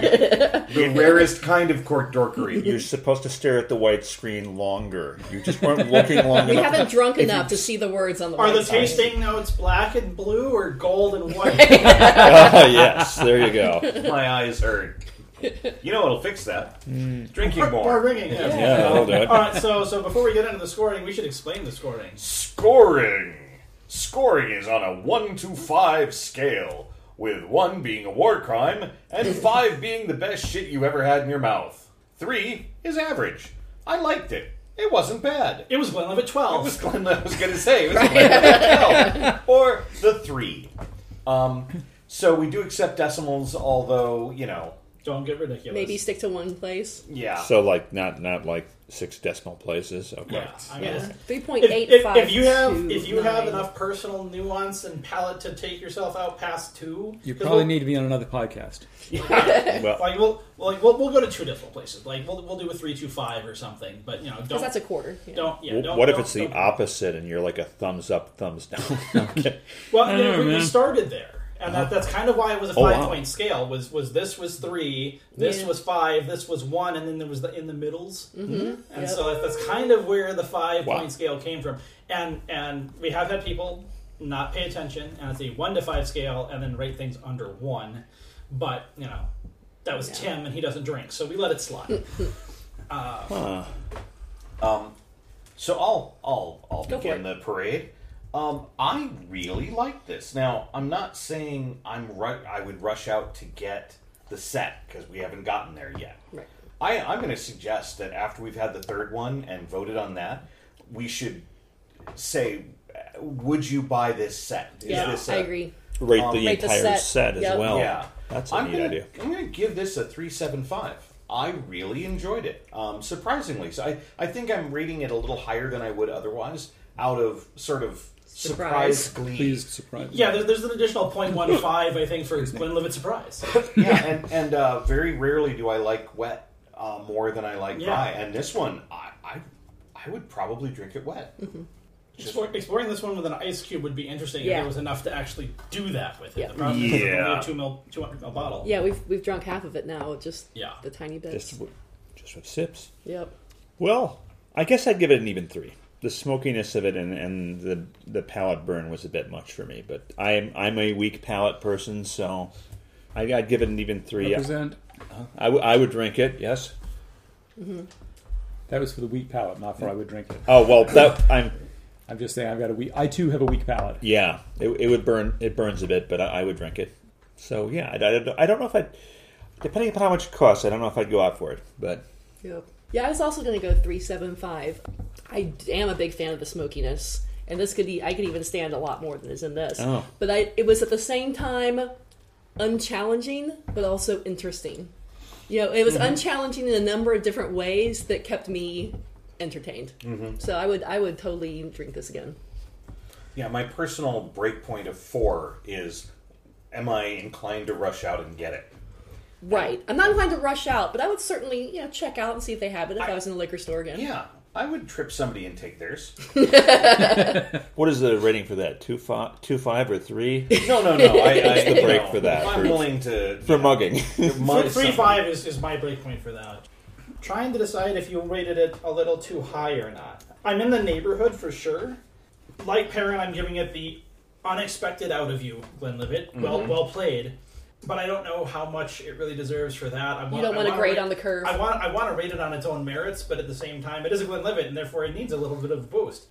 Speaker 7: the rarest kind of cork dorkery.
Speaker 4: you're supposed to stare at the white screen longer. You just weren't looking long
Speaker 3: We
Speaker 4: enough.
Speaker 3: haven't drunk enough to see the words on the
Speaker 2: Are the
Speaker 3: website.
Speaker 2: tasting notes black and blue or gold and white?
Speaker 4: Ah, yes, there you go.
Speaker 7: My eyes hurt. You know what'll fix that? Drinking
Speaker 2: Or
Speaker 7: more.
Speaker 2: ringing? Yeah.
Speaker 4: Yeah, that'll do
Speaker 2: All
Speaker 4: it.
Speaker 2: right. So, so before we get into the scoring, we should explain the scoring.
Speaker 6: Scoring. Scoring is on a 1 to 5 scale, with 1 being a war crime and 5 being the best shit you ever had in your mouth. 3 is average. I liked it. It wasn't bad.
Speaker 2: It was Glenlivet twelve.
Speaker 6: I was, gonna- I was going to say. It was like, no. Or
Speaker 7: The three. Um, so we do accept decimals, although you know,
Speaker 2: Don't get ridiculous.
Speaker 3: Maybe stick to one place.
Speaker 7: yeah.
Speaker 4: So like not not like six decimal places. Okay.
Speaker 2: Yeah, I mean,
Speaker 3: Yeah.
Speaker 2: it's-
Speaker 3: Three point
Speaker 2: If,
Speaker 3: eight
Speaker 2: if-
Speaker 3: five.
Speaker 2: if you have if you have enough personal nuance and palate to take yourself out past two,
Speaker 5: You
Speaker 2: 'cause
Speaker 5: probably
Speaker 2: we'll,
Speaker 5: need to be on another podcast.
Speaker 2: Like we'll, like we'll we'll go to two different places. Like we'll, we'll do a three two five or something. But you know, don't
Speaker 3: Because that's a quarter. yeah.
Speaker 2: don't yeah.
Speaker 4: Well,
Speaker 2: don't,
Speaker 4: what if
Speaker 2: don't-
Speaker 4: it's the
Speaker 2: don't-
Speaker 4: opposite and you're like a thumbs up, thumbs down? okay.
Speaker 2: Well, you
Speaker 5: don't
Speaker 2: know,
Speaker 5: know,
Speaker 2: we, we
Speaker 5: man.
Speaker 2: started there, and that, that's kind of why it was a
Speaker 4: Oh, wow.
Speaker 2: five point scale. Was was this was three, this
Speaker 3: Yeah.
Speaker 2: was five, this was one, and then there was the in the middles. Mm-hmm. And
Speaker 3: Yep.
Speaker 2: so that, that's kind of where the five
Speaker 4: Wow.
Speaker 2: point scale came from. And and we have had people not pay attention, and it's a one to five scale, and then rate things under one. But you know, that was Tim, and he doesn't drink, so we let it slide.
Speaker 4: Huh.
Speaker 1: So I'll I'll I'll
Speaker 3: Go for
Speaker 1: begin
Speaker 3: it.
Speaker 1: the parade. Um, I really like this. Now I'm not saying I'm right. I would rush out to get the set because we haven't gotten there yet.
Speaker 3: Right.
Speaker 1: I, I'm going to suggest that after we've had the third one and voted on that, we should say, uh, would you buy this set? Is
Speaker 3: Yeah,
Speaker 1: this
Speaker 3: I
Speaker 1: a-
Speaker 3: agree.
Speaker 4: Rate
Speaker 1: Um,
Speaker 4: the
Speaker 3: rate the
Speaker 4: entire
Speaker 3: set.
Speaker 4: set, as
Speaker 3: Yep.
Speaker 4: well.
Speaker 1: Yeah,
Speaker 4: Oh, That's a
Speaker 1: I'm
Speaker 4: neat
Speaker 1: gonna,
Speaker 4: idea.
Speaker 1: I'm going to give this a three seven five. I really enjoyed it, um, surprisingly. So I, I think I'm rating it a little higher than I would otherwise, out of sort of surprise,
Speaker 3: Surprise.
Speaker 1: glee.
Speaker 5: Pleased surprise.
Speaker 2: Yeah, there's, there's an additional 0.15, I think, for Glenlivet Surprise.
Speaker 1: yeah, and, and uh, very rarely do I like wet uh, more than I like
Speaker 2: Yeah.
Speaker 1: dry. And this one, I, I I would probably drink it wet.
Speaker 2: Explore, exploring this one with an ice cube would be interesting if
Speaker 3: Yeah.
Speaker 2: there was enough to actually do that with it.
Speaker 3: Yeah.
Speaker 2: The problem is it's only
Speaker 6: Yeah.
Speaker 2: a two mil, 200 mil bottle.
Speaker 3: Yeah, we've we've drunk half of it now, just
Speaker 2: Yeah.
Speaker 3: the tiny bits.
Speaker 4: Just, w- just with sips.
Speaker 3: Yep.
Speaker 4: Well, I guess I'd give it an even three. The smokiness of it and, and the the palate burn was a bit much for me, but I'm I'm a weak palate person, so I, I'd give it an even three. I,
Speaker 5: Represent.
Speaker 4: I, w- I would drink it. Yes.
Speaker 5: That was for the weak palate, not for I would drink it.
Speaker 4: Oh well, that I'm.
Speaker 5: I'm just saying I've got a weak. I too have a weak palate.
Speaker 4: Yeah, it, it would burn. It burns a bit, but I, I would drink it. So yeah, I, I don't- I don't know if I, depending upon how much it costs, I don't know if I'd go out for it. But
Speaker 3: Yep. Yeah, I was also going to go three seven five. I d- am a big fan of the smokiness, and this could e- I could even stand a lot more than is in this.
Speaker 4: Oh.
Speaker 3: But I it was at the same time unchallenging, but also interesting. You know, it was unchallenging in a number of different ways that kept me entertained. So I would I would totally drink this again.
Speaker 1: Yeah, my personal breakpoint of four is, am I inclined to rush out and get it?
Speaker 3: Right. I'm not inclined to rush out, but I would certainly you know check out and see if they have it if I, was in a liquor store again.
Speaker 1: Yeah, I would trip somebody and take theirs.
Speaker 4: what is the rating for that? Two five, two five, or three
Speaker 1: No, no, no. I, I
Speaker 4: the break
Speaker 1: no.
Speaker 4: for that.
Speaker 1: I'm
Speaker 4: For-
Speaker 1: willing to.
Speaker 4: for mugging?
Speaker 1: mud
Speaker 2: Three, three
Speaker 1: something.
Speaker 2: five is, is my breakpoint for that. Trying to decide if you rated it a little too high or not. I'm in the neighborhood for sure. Like Perrin, I'm giving it the unexpected out of you, Glenlivet. Well, well played. But I don't know how much it really deserves for that. I want,
Speaker 3: You don't
Speaker 2: I
Speaker 3: want to
Speaker 2: wanna
Speaker 3: grade
Speaker 2: ra-
Speaker 3: on the curve.
Speaker 2: I want I want to rate it on its own merits, but at the same time, it is a Glenlivet, and therefore it needs a little bit of a boost.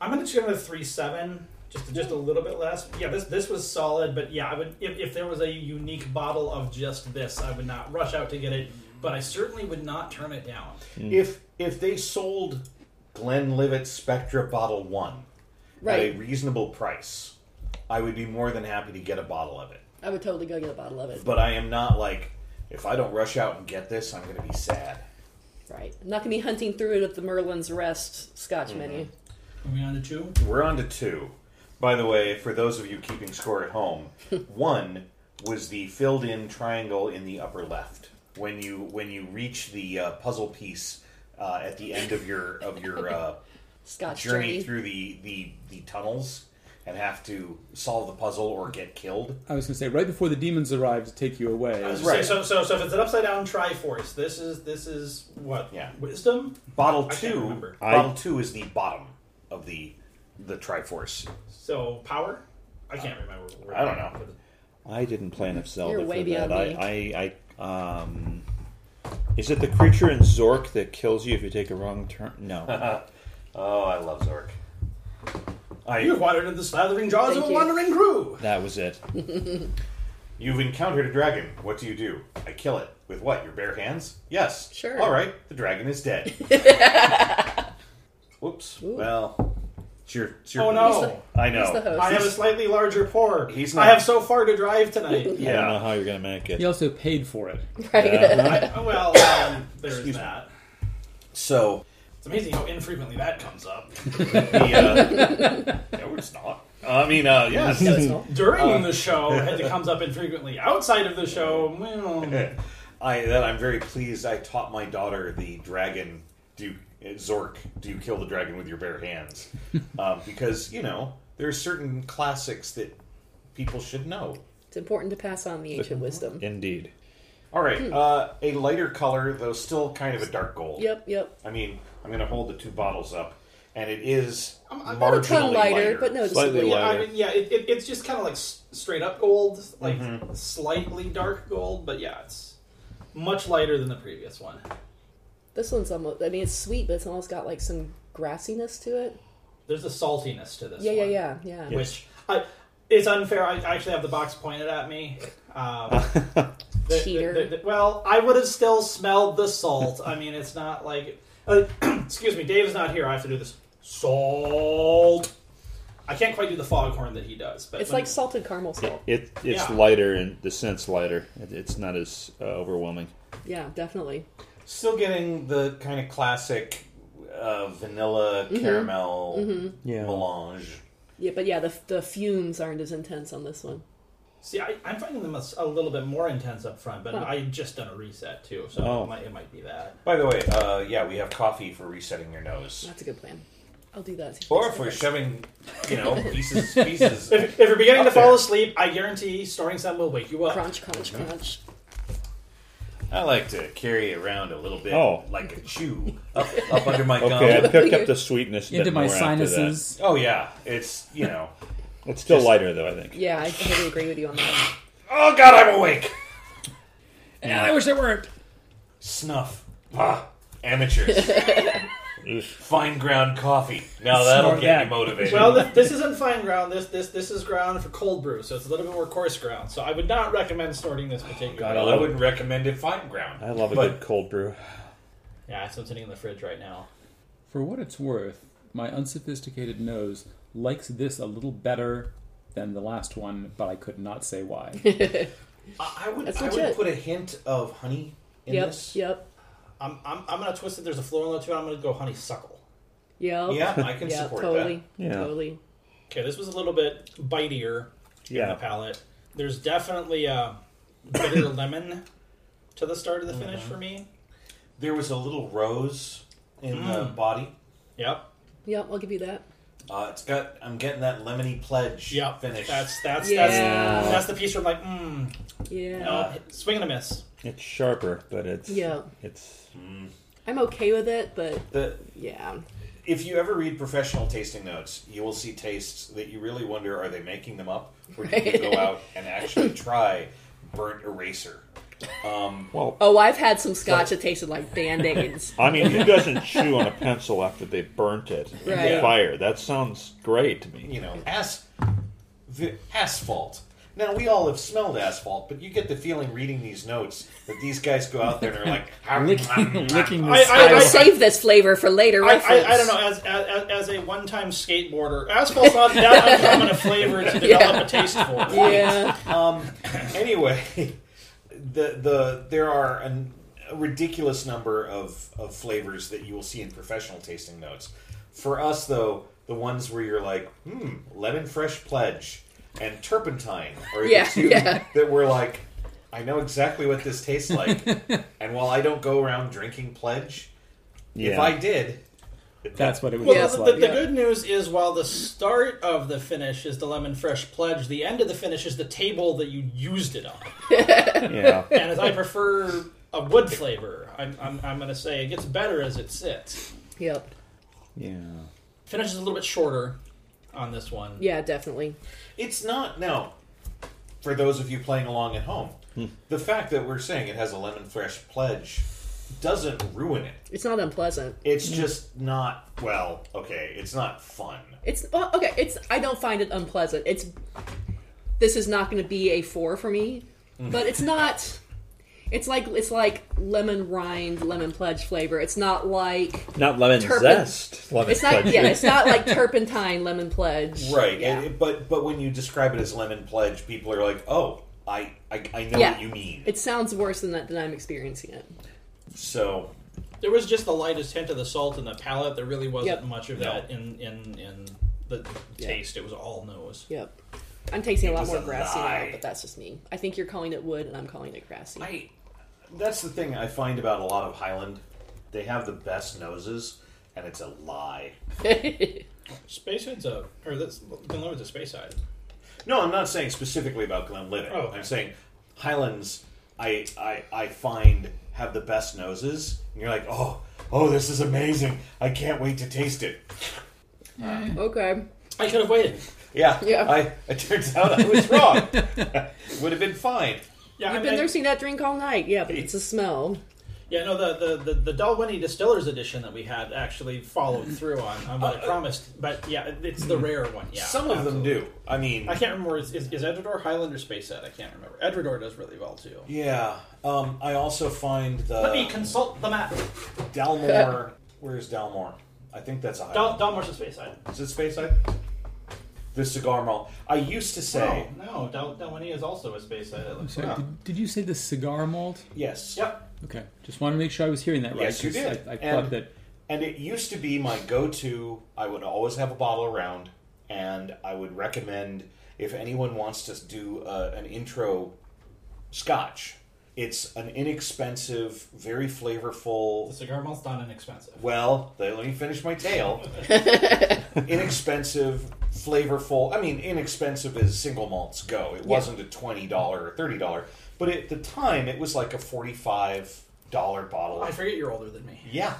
Speaker 2: I'm gonna just give it a three seven, just just a little bit less. Yeah, this this was solid, but yeah, I would if, if there was a unique bottle of just this, I would not rush out to get it, but I certainly would not turn it down.
Speaker 4: Mm.
Speaker 1: If if they sold Glenlivet Spectra Bottle One at
Speaker 3: right.
Speaker 1: a reasonable price, I would be more than happy to get a bottle of it.
Speaker 3: I would totally go get a bottle of it.
Speaker 1: But I am not like, if I don't rush out and get this, I'm going to be sad.
Speaker 3: Right. I'm not going to be hunting through it at the Merlin's Rest Scotch
Speaker 1: Mm-hmm.
Speaker 3: menu.
Speaker 2: Moving on to two.
Speaker 1: We're on to two. By the way, for those of you keeping score at home, one was the filled-in triangle in the upper left. When you when you reach the uh, puzzle piece uh, at the end of your of your uh,
Speaker 3: Scotch
Speaker 1: journey,
Speaker 3: journey.
Speaker 1: through the, the the tunnels and have to solve the puzzle or get killed.
Speaker 5: I was going to say right before the demons arrive to take you away.
Speaker 2: I was just
Speaker 1: Right.
Speaker 2: saying, so, so so if it's an upside down Triforce, this is this is what
Speaker 1: Yeah.
Speaker 2: wisdom.
Speaker 1: Bottle
Speaker 2: I can't
Speaker 1: two.
Speaker 2: remember.
Speaker 1: Bottle two is the bottom of the the Triforce.
Speaker 2: So power. I can't remember. Where
Speaker 1: Uh, I don't know.
Speaker 4: I didn't play enough Zelda
Speaker 3: You're way
Speaker 4: for that.
Speaker 3: beyond
Speaker 4: I, I, I, um, is it the creature in Zork that kills you if you take a wrong turn? No,
Speaker 1: Oh, I love Zork.
Speaker 2: You've
Speaker 1: I
Speaker 2: wandered into the slathering jaws
Speaker 3: Thank
Speaker 2: of a
Speaker 3: you.
Speaker 2: wandering crew.
Speaker 4: that was it.
Speaker 1: you've encountered a dragon. What do you do? I kill it with what? Your bare hands? Yes.
Speaker 3: Sure.
Speaker 1: All right. The dragon is dead. Whoops. Well, it's your. It's your
Speaker 2: Oh no!
Speaker 1: I know.
Speaker 3: He's the host.
Speaker 2: I have a slightly larger pour.
Speaker 1: He's
Speaker 2: I
Speaker 1: not-
Speaker 2: have so far to drive tonight.
Speaker 4: I don't know
Speaker 1: Yeah.
Speaker 4: how you're gonna make it.
Speaker 5: He also paid for it.
Speaker 3: Right.
Speaker 4: Yeah.
Speaker 2: I- well, um, there's
Speaker 1: Excuse me.
Speaker 2: that.
Speaker 1: So
Speaker 2: It's amazing how infrequently that comes up
Speaker 1: the. Uh, no, it's not. I mean, uh, yes.
Speaker 2: during the show. It comes up infrequently outside of the show. Well,
Speaker 1: I that I'm very pleased. I taught my daughter the dragon. Do you, uh, Zork? Do you kill the dragon with your bare hands? um, because you know there are certain classics that people should know.
Speaker 3: It's important to pass on the ancient wisdom.
Speaker 4: Indeed.
Speaker 1: All right, uh, a lighter color though, still kind of a dark gold.
Speaker 3: Hmm. Yep, yep.
Speaker 1: I mean, I'm going to hold the two bottles up, and it is
Speaker 2: I'm
Speaker 1: marginally
Speaker 3: Not a ton lighter, but no,
Speaker 4: Slightly
Speaker 2: yeah, I
Speaker 4: lighter.
Speaker 2: mean, yeah, it, it, it's just kind of like s- straight up gold, like slightly dark gold, but yeah, it's much lighter than the previous one.
Speaker 3: this one's almost. I mean, it's sweet, but it's almost got like some grassiness to it.
Speaker 2: There's a saltiness to this.
Speaker 3: Yeah, yeah,
Speaker 2: one,
Speaker 3: yeah, yeah.
Speaker 2: Which I, it's unfair. I I actually have the box pointed at me. Um, the- the-
Speaker 3: Cheater.
Speaker 2: the- the- well, I would have still smelled the salt. I mean, it's not like. Uh, excuse me, Dave's not here. I have to do this. Salt. I can't quite do the foghorn that he does, but
Speaker 3: It's
Speaker 2: when-
Speaker 3: like salted caramel salt.
Speaker 4: It it's
Speaker 2: Yeah.
Speaker 4: lighter and the scent's lighter. It, it's not as uh, overwhelming.
Speaker 3: Yeah, definitely.
Speaker 1: Still getting the kind of classic uh, vanilla
Speaker 3: Mm-hmm.
Speaker 1: caramel
Speaker 4: Yeah.
Speaker 1: melange.
Speaker 3: Yeah, but yeah, the the fumes aren't as intense on this one.
Speaker 2: See, I, I'm finding them a, s- a little bit more intense up front, but
Speaker 3: Huh.
Speaker 2: I just done a reset too, so
Speaker 4: Oh.
Speaker 2: it, might, it might be that.
Speaker 1: By the way, uh, yeah, we have coffee for resetting your nose.
Speaker 3: That's a good plan. I'll do that.
Speaker 1: Or if we're shoving, you know, pieces, pieces.
Speaker 2: If, if you're beginning
Speaker 1: Up
Speaker 2: to fall
Speaker 1: there.
Speaker 2: asleep, I guarantee starting something will wake you up.
Speaker 3: crunch, crunch, crunch.
Speaker 1: I like to carry around a little bit,
Speaker 4: Oh.
Speaker 1: like a chew, up, up under my gum.
Speaker 4: Okay, I picked up the sweetness a bit
Speaker 5: into my
Speaker 4: more after that.
Speaker 5: sinuses.
Speaker 1: Oh yeah, it's you know.
Speaker 4: It's still lighter though, I think.
Speaker 3: Yeah, I totally agree with you on that.
Speaker 1: Oh God, I'm awake.
Speaker 5: And I wish there weren't.
Speaker 1: Snuff. Ah, amateurs. Fine ground coffee. Now that'll
Speaker 5: Snort
Speaker 1: get
Speaker 5: that.
Speaker 1: you motivated.
Speaker 2: Well, th- this isn't fine ground. This this this is ground for cold brew, so it's a little bit more coarse ground. So I would not recommend starting this particular.
Speaker 1: God, I wouldn't recommend it. Fine ground.
Speaker 4: I love a
Speaker 1: But-
Speaker 4: good cold brew.
Speaker 2: yeah, so I'm sitting in the fridge right now.
Speaker 5: For what it's worth, my unsophisticated nose likes this a little better than the last one, but I could not say why.
Speaker 1: I, I would.
Speaker 3: That's
Speaker 1: I would
Speaker 3: legit.
Speaker 1: put a hint of honey in
Speaker 3: Yep,
Speaker 1: this.
Speaker 3: yep,
Speaker 2: I'm, I'm, I'm gonna twist it. There's a floral note to it. I'm gonna go honeysuckle.
Speaker 3: yep.
Speaker 1: Yeah, I can
Speaker 3: Yeah,
Speaker 1: support
Speaker 3: totally,
Speaker 4: Yeah.
Speaker 3: totally.
Speaker 2: Okay, this was a little bit bitier in the
Speaker 4: Yeah.
Speaker 2: palate. There's definitely a bitter lemon to the start of the finish
Speaker 3: Mm-hmm.
Speaker 2: for me.
Speaker 1: that. There was a little rose in the
Speaker 2: Mm.
Speaker 1: body.
Speaker 2: Yep.
Speaker 3: Yep, I'll give you that.
Speaker 1: Uh, it's got. I'm getting that lemony pledge
Speaker 2: Yep.
Speaker 1: finish.
Speaker 2: That's that's
Speaker 3: Yeah.
Speaker 2: that's that's the piece where I'm like, mm,
Speaker 3: Yeah,
Speaker 2: no, swing and a miss.
Speaker 4: It's sharper, but it's
Speaker 3: Yeah.
Speaker 4: it's
Speaker 3: I'm okay with it, but
Speaker 1: the
Speaker 3: yeah,
Speaker 1: if you ever read professional tasting notes, you will see tastes that you really wonder are they making them up, or do you go out and actually try burnt eraser?
Speaker 4: well
Speaker 3: Oh, I've had some scotch that tasted like band aids.
Speaker 4: I mean, who doesn't chew on a pencil after they burnt it in
Speaker 3: Right.
Speaker 4: the fire? That sounds great to me.
Speaker 1: You know, as the asphalt. Now we all have smelled asphalt, but you get the feeling reading these notes that these guys go out there and are like "Hum, hum,
Speaker 5: licking,
Speaker 1: hum."
Speaker 5: licking
Speaker 2: I-
Speaker 5: this.
Speaker 2: I-
Speaker 3: I will save this flavor for later
Speaker 2: I,
Speaker 3: reference.
Speaker 2: I, I don't know. As as, as a one time skateboarder, asphalt's not that uncommon a flavor to develop a taste for.
Speaker 3: Yeah,
Speaker 1: anyway, the the there are an, a ridiculous number of of flavors that you will see in professional tasting notes. For us, though, the ones where you're like, hmm, lemon fresh pledge and turpentine are
Speaker 3: Yeah,
Speaker 1: the two
Speaker 3: yeah.
Speaker 1: that we're like, I know exactly what this tastes like. and while I don't go around drinking pledge, if
Speaker 4: Yeah.
Speaker 1: I did,
Speaker 5: That's what it would
Speaker 2: Well,
Speaker 5: taste
Speaker 2: the, the,
Speaker 5: like.
Speaker 2: the good news is while the start of the finish is the lemon fresh pledge, the end of the finish is the table that you used it on.
Speaker 4: Yeah,
Speaker 2: And as I prefer a wood flavor, I'm, I'm, I'm going to say it gets better as it sits.
Speaker 3: yep,
Speaker 4: yeah.
Speaker 2: Finish is a little bit shorter on this one.
Speaker 3: yeah, definitely.
Speaker 1: It's not now. For those of you playing along at home, the fact that we're saying it has a lemon fresh pledge doesn't ruin it.
Speaker 3: It's not unpleasant.
Speaker 1: It's just not well. Okay, it's not fun.
Speaker 3: It's well, okay. It's I don't find it unpleasant. It's this is not going to be a four for me,
Speaker 2: Mm.
Speaker 3: but it's not. It's like it's like lemon rind, lemon pledge flavor. It's not like
Speaker 4: Not lemon
Speaker 3: Turpin-
Speaker 4: zest. Lemon
Speaker 3: it's not
Speaker 4: pledge.
Speaker 3: yeah. It's not like turpentine lemon pledge.
Speaker 1: Right.
Speaker 3: Yeah.
Speaker 1: and- but but when you describe it as lemon pledge, people are like, "Oh, I I, I know
Speaker 3: Yeah.
Speaker 1: what you mean."
Speaker 3: it sounds worse than that than I'm experiencing it.
Speaker 1: So
Speaker 2: There was just the lightest hint of the salt in the palate. There really wasn't
Speaker 3: Yep.
Speaker 2: much of
Speaker 1: No.
Speaker 2: that in, in, in the taste. It was all nose.
Speaker 3: Yep. I'm tasting a lot
Speaker 1: was
Speaker 3: more
Speaker 1: a
Speaker 3: grassy
Speaker 1: lie.
Speaker 3: now, but that's just me. I think you're calling it wood, and I'm calling it grassy.
Speaker 1: I that's the thing I find about a lot of Highland. They have the best noses, and it's a lie.
Speaker 2: Space side's a or that's Glenlivet's a space side.
Speaker 1: No, I'm not saying specifically about Glenlivet.
Speaker 2: Oh, okay.
Speaker 1: I'm saying Highlands. I, I I find have the best noses, and you're like, oh oh, this is amazing! I can't wait to taste it.
Speaker 3: okay.
Speaker 2: I could have waited.
Speaker 1: Yeah,
Speaker 3: Yeah.
Speaker 1: I, it turns out I was wrong. Would have been fine.
Speaker 2: Yeah,
Speaker 3: I've
Speaker 2: I
Speaker 3: been
Speaker 2: mean,
Speaker 3: there, seen that drink all night. Yeah, but it's a smell.
Speaker 2: Yeah, no, the the the, the Dalwhinnie Distillers edition that we had actually followed through on, on what I promised, but yeah, it's the rare one. Yeah,
Speaker 7: Some of them
Speaker 2: absolutely.
Speaker 7: do. I mean,
Speaker 2: I can't remember. Is, is, is Edrador Highlander Space Ed? I can't remember. Edrador does really well too.
Speaker 7: yeah. Um, I also find the
Speaker 2: Let me consult the map.
Speaker 7: Dalmore. where's Dalmore? I think that's a high.
Speaker 2: Dal, Dalmore's the space side.
Speaker 7: Is it space side? The cigar mall. I used to say
Speaker 2: No, no Dal, Dalwhinnie is also a space side. It looks
Speaker 5: Sorry,
Speaker 2: like.
Speaker 5: did, did you say the cigar malt?
Speaker 7: yes.
Speaker 2: Yep.
Speaker 5: Okay, just want to make sure I was hearing that right.
Speaker 7: Yes, you
Speaker 5: 'cause
Speaker 7: did.
Speaker 5: I, I
Speaker 7: And-
Speaker 5: thought that
Speaker 7: And it used to be my go-to. I would always have a bottle around, and I would recommend if anyone wants to do uh, an intro scotch. It's an inexpensive, very
Speaker 2: The
Speaker 7: flavorful.
Speaker 2: cigar malt's not inexpensive.
Speaker 7: Well, th- let me finish my tale. inexpensive, flavorful. I mean, inexpensive as single malts go. It wasn't a twenty dollar or thirty dollar, but at the time it was like a forty-five dollar bottle.
Speaker 2: I
Speaker 7: of
Speaker 2: forget you're older than me.
Speaker 7: yeah.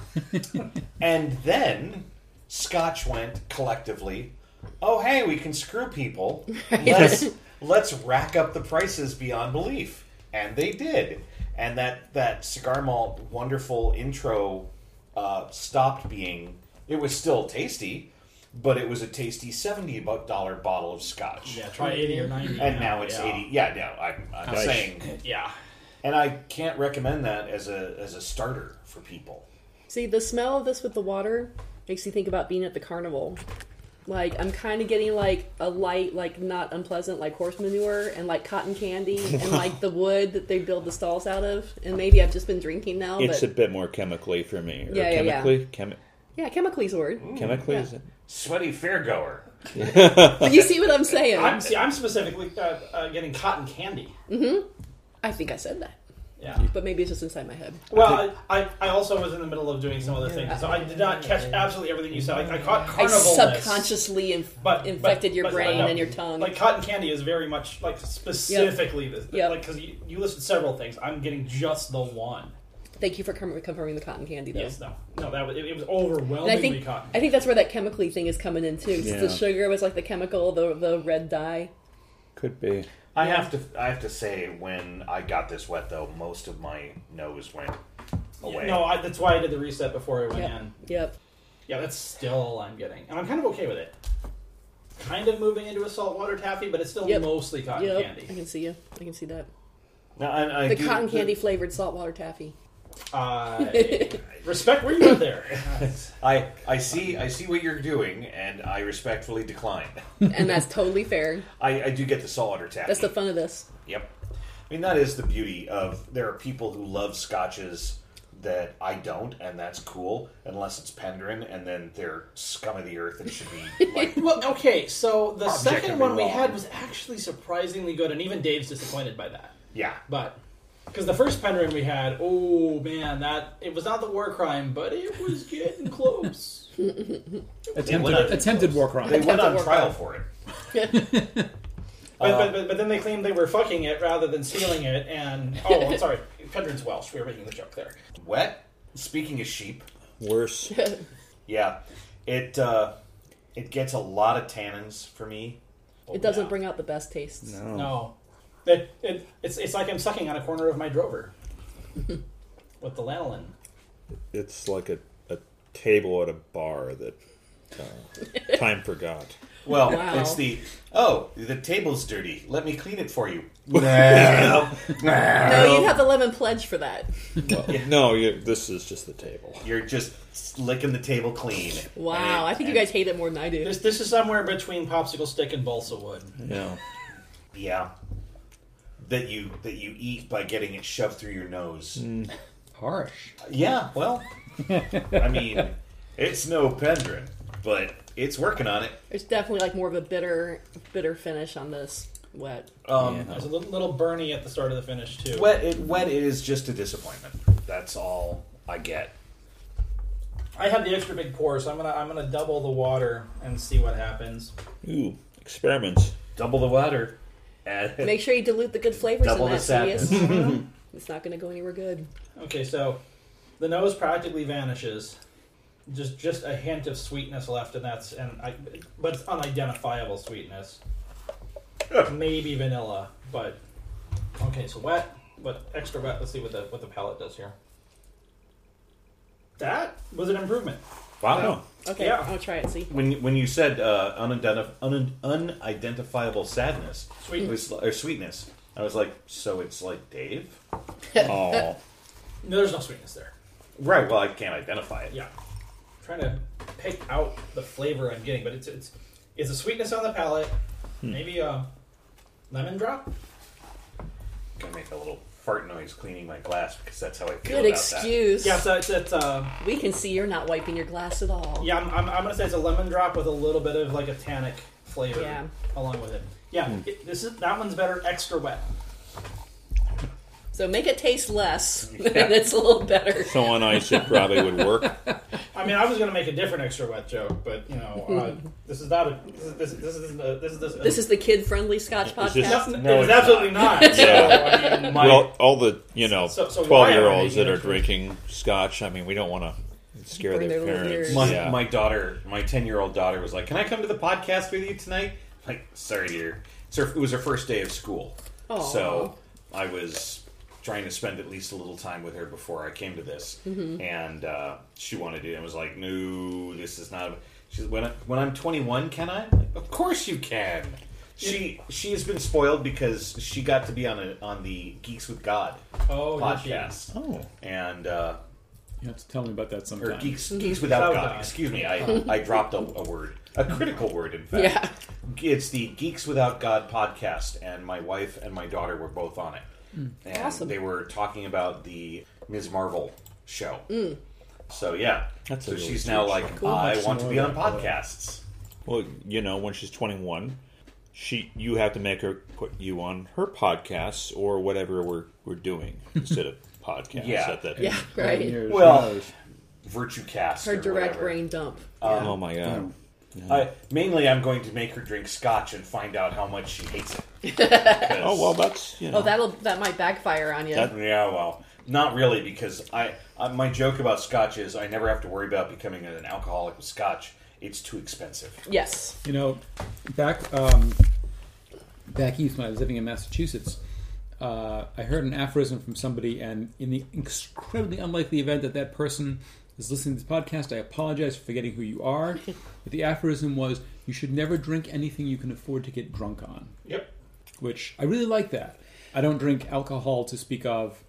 Speaker 7: and then Scotch went collectively, oh hey, we can screw people. Let's let's rack up the prices beyond belief. And they did. And that that cigar malt wonderful intro uh, stopped being it was still tasty, but it was a tasty seventy dollar bottle of scotch.
Speaker 2: Yeah, try eighty or ninety.
Speaker 7: And now it's
Speaker 2: yeah.
Speaker 7: eighty. Yeah, no, I'm, I'm
Speaker 4: Nice.
Speaker 7: saying,
Speaker 2: Yeah.
Speaker 7: and I can't recommend that as a as a starter for people.
Speaker 3: See, the smell of this with the water makes you think about being at the carnival. Like I'm kind of getting like a light, like not unpleasant, like horse manure and like cotton candy and like the wood that they build the stalls out of. And maybe I've just been drinking now,
Speaker 4: It's
Speaker 3: but
Speaker 4: a bit more chemically for me. Or
Speaker 3: Yeah, yeah, Mm, yeah.
Speaker 4: chemically, Chemi-
Speaker 3: yeah, chemically is a word.
Speaker 4: chemically is it?
Speaker 7: Sweaty fairgoer.
Speaker 3: But you see what I'm saying?
Speaker 2: I'm see. I'm specifically uh, uh, getting cotton candy.
Speaker 3: I think I said that,
Speaker 2: Yeah.
Speaker 3: but maybe it's just inside my head.
Speaker 2: Well, I, I, I also was in the middle of doing some other things, so I did not catch absolutely everything you said. Like, I caught
Speaker 3: I
Speaker 2: carnival.
Speaker 3: subconsciously inf-
Speaker 2: But-
Speaker 3: infected
Speaker 2: but-
Speaker 3: your
Speaker 2: but-
Speaker 3: brain
Speaker 2: no.
Speaker 3: and your tongue.
Speaker 2: Like cotton candy is very much like specifically this,
Speaker 3: Yep.
Speaker 2: like because you, you listed several things. I'm getting just the one.
Speaker 3: Thank you for com- confirming the cotton candy, though.
Speaker 2: Yes, no, no, that was it, it was
Speaker 3: And I
Speaker 2: overwhelmingly
Speaker 3: think
Speaker 2: cotton.
Speaker 3: I think that's where that chemically thing is coming in too. 'cause The
Speaker 4: Yeah.
Speaker 3: sugar was like the chemical, the the red dye.
Speaker 4: Could be.
Speaker 1: I have to. I have to say, when I got this wet, though, most of my nose went away.
Speaker 2: no, I, that's why I did the reset before I went
Speaker 3: Oh, Yep.
Speaker 2: in.
Speaker 3: Yep.
Speaker 2: Yeah, that's still all I'm getting, and I'm kind of okay with it. Kind of moving into a saltwater taffy, but it's still
Speaker 3: Yep.
Speaker 2: mostly cotton
Speaker 3: Yep.
Speaker 2: candy.
Speaker 3: I can see you. I can see that.
Speaker 1: No, I, I
Speaker 3: The
Speaker 1: do-
Speaker 3: cotton candy flavored saltwater taffy.
Speaker 2: Uh, respect where you went there.
Speaker 1: I I see. I see what you're doing, and I respectfully decline.
Speaker 3: and that's totally fair.
Speaker 1: I, I do get the saltwater tap.
Speaker 3: That's the fun of this.
Speaker 1: Yep. I mean, that is the beauty of there are people who love scotches that I don't, and that's cool, unless it's Pendrin, and then they're scum of the earth and should be like.
Speaker 2: Well, okay, so the second
Speaker 1: Objectively
Speaker 2: one we
Speaker 1: wrong.
Speaker 2: had was actually surprisingly good, and even Dave's disappointed by that.
Speaker 1: yeah.
Speaker 2: But because the first Penryn we had, oh man, that it was not the war crime, but it was getting close.
Speaker 5: attempted,
Speaker 1: went up-
Speaker 5: attempted war
Speaker 1: They
Speaker 5: crime.
Speaker 1: went on
Speaker 3: work
Speaker 1: trial for it.
Speaker 3: Uh,
Speaker 2: But, but, but, but then they claimed they were fucking it rather than stealing it, and oh, I'm sorry, Penryn's Welsh. We were making the joke there.
Speaker 1: Wet? Speaking of sheep,
Speaker 4: Worse.
Speaker 1: yeah. It, uh, it gets a lot of tannins for me.
Speaker 2: Oh,
Speaker 3: It doesn't bring out the best tastes.
Speaker 4: Oh.
Speaker 2: No, it, it, it's it's like I'm sucking on a corner of my drover with the lanolin.
Speaker 4: It's like a, a table at a bar that uh, time forgot.
Speaker 1: Well,
Speaker 3: Wow.
Speaker 1: it's the oh, the table's dirty. Let me clean it for you. No.
Speaker 3: No, you'd have the lemon pledge for that.
Speaker 4: Well, No, you, this is just the table.
Speaker 1: You're just licking the table clean.
Speaker 3: Wow, I think you guys hate it more than I do.
Speaker 2: This this is somewhere between popsicle stick and balsa wood.
Speaker 4: Yeah.
Speaker 1: Yeah. That you that you eat by getting it shoved through your nose.
Speaker 5: Harsh.
Speaker 1: Yeah, well, I mean, it's no Pendrin, but it's working on it.
Speaker 3: There's definitely like more of a bitter, bitter finish on this wet.
Speaker 1: Um,
Speaker 4: Yeah.
Speaker 2: There's a little, little Bernie at the start of the finish too.
Speaker 1: Wet it wet it is just a disappointment. That's all I get.
Speaker 2: I have the extra big pour, so I'm gonna I'm gonna double the water and see what happens.
Speaker 4: Ooh, experiments.
Speaker 1: Double the water. And
Speaker 3: Make sure you dilute the good flavors
Speaker 1: Double
Speaker 3: in
Speaker 1: the
Speaker 3: that. so
Speaker 1: sadness.
Speaker 2: Uh-huh.
Speaker 3: yes, it's not going to go anywhere good.
Speaker 2: Okay, so the nose practically vanishes. Just just a hint of sweetness left, and that's and I, but it's unidentifiable sweetness. Maybe vanilla, but okay. So wet, but extra wet. Let's see what the what the palate does here. That was an improvement.
Speaker 4: Oh.
Speaker 3: Okay,
Speaker 2: Yeah.
Speaker 3: I'll try it. See,
Speaker 1: When when you said uh, unidentif- un- unidentifiable sadness,
Speaker 2: Sweet.
Speaker 1: it was, or sweetness, I was like, so it's like Dave,
Speaker 4: Oh.
Speaker 2: No, there's no sweetness there.
Speaker 1: right? Well, I can't identify it.
Speaker 2: Yeah, I'm trying to pick out the flavor I'm getting, but it's it's it's a sweetness on the palate, maybe a lemon drop.
Speaker 1: gonna make a little fart noise cleaning my glass because that's how I feel about
Speaker 3: good excuse.
Speaker 2: Yeah, so it's, it's uh,
Speaker 3: We can see you're not wiping your glass at all.
Speaker 2: yeah, I'm, I'm, I'm gonna say it's a lemon drop with a little bit of like a tannic flavor
Speaker 3: Yeah.
Speaker 2: along with it. Yeah,
Speaker 4: Hmm.
Speaker 2: it- this is that one's better extra wet.
Speaker 3: So make it taste less, and it's a little better.
Speaker 4: So on ice, it probably would work.
Speaker 2: I mean, I was gonna make a different extra wet joke, but you know, uh, this is not a this is this is uh, this is this,
Speaker 3: This is the kid-friendly Scotch podcast.
Speaker 4: Is this-
Speaker 2: That's-
Speaker 1: No,
Speaker 2: it is
Speaker 1: it's
Speaker 2: absolutely not. So, I mean, my-
Speaker 4: Well, all the you know
Speaker 2: So- so why
Speaker 4: twelve year olds
Speaker 2: are they
Speaker 4: that are
Speaker 2: here?
Speaker 4: drinking scotch. I mean, we don't want to scare
Speaker 3: Burn
Speaker 4: their,
Speaker 3: their little
Speaker 4: parents.
Speaker 3: ears.
Speaker 1: that. My
Speaker 4: yeah.
Speaker 1: my daughter, my ten year old daughter, was like, "Can I come to the podcast with you tonight?" I'm like, sorry, dear. It's her, it was her first day of school,
Speaker 3: Aw.
Speaker 1: so I was trying to spend at least a little time with her before I came to this, and uh, she wanted to. I was like, "No, this is not." She said, "When I, when I'm 21, can I?" I'm like, of course you can. She she has been spoiled because she got to be on a, on the Geeks with God
Speaker 2: oh, yeah.
Speaker 1: podcast,
Speaker 4: oh,
Speaker 1: and. Uh,
Speaker 5: You have to tell me about that
Speaker 1: or
Speaker 5: sometime.
Speaker 1: geeks, geeks without
Speaker 2: Without
Speaker 1: God.
Speaker 2: God.
Speaker 1: Excuse me, I, I dropped a, a word, a critical word, in fact.
Speaker 3: yeah,
Speaker 1: It's the Geeks Without God podcast, and my wife and my daughter were both on it, and
Speaker 3: Hmm. Awesome.
Speaker 1: they were talking about the Ms. Marvel show.
Speaker 3: Hmm.
Speaker 1: So yeah,
Speaker 4: That's a
Speaker 1: so
Speaker 4: really
Speaker 1: she's
Speaker 4: sweet
Speaker 1: now like,
Speaker 4: show.
Speaker 1: I
Speaker 5: Much
Speaker 1: want to
Speaker 5: more
Speaker 1: be on
Speaker 5: like that.
Speaker 1: podcasts.
Speaker 4: well, you know, when she's twenty one, she you have to make her put you on her podcasts or whatever we're we're doing instead of podcasts
Speaker 1: Yeah.
Speaker 4: at that.
Speaker 3: yeah,
Speaker 5: Right.
Speaker 3: right.
Speaker 5: Here's
Speaker 1: Well,
Speaker 5: yours.
Speaker 1: Virtue Cast.
Speaker 3: Her
Speaker 1: or
Speaker 3: direct
Speaker 1: whatever.
Speaker 3: brain dump.
Speaker 4: Oh my god.
Speaker 1: I, mainly, I'm going to make her drink scotch and find out how much she hates it.
Speaker 4: Oh well, that's you know.
Speaker 3: Oh, that'll that might backfire on you.
Speaker 4: That-
Speaker 1: Yeah, well, not really, because I uh, my joke about scotch is I never have to worry about becoming an alcoholic with scotch. It's too expensive.
Speaker 3: yes.
Speaker 5: You know, back um, back east when I was living in Massachusetts, uh, I heard an aphorism from somebody, and in the incredibly unlikely event that that person is listening to this podcast, I apologize for forgetting who you are. but the aphorism was, "You should never drink anything you can afford to get drunk on,"
Speaker 2: Yep.
Speaker 5: which I really like that. I don't drink alcohol to speak of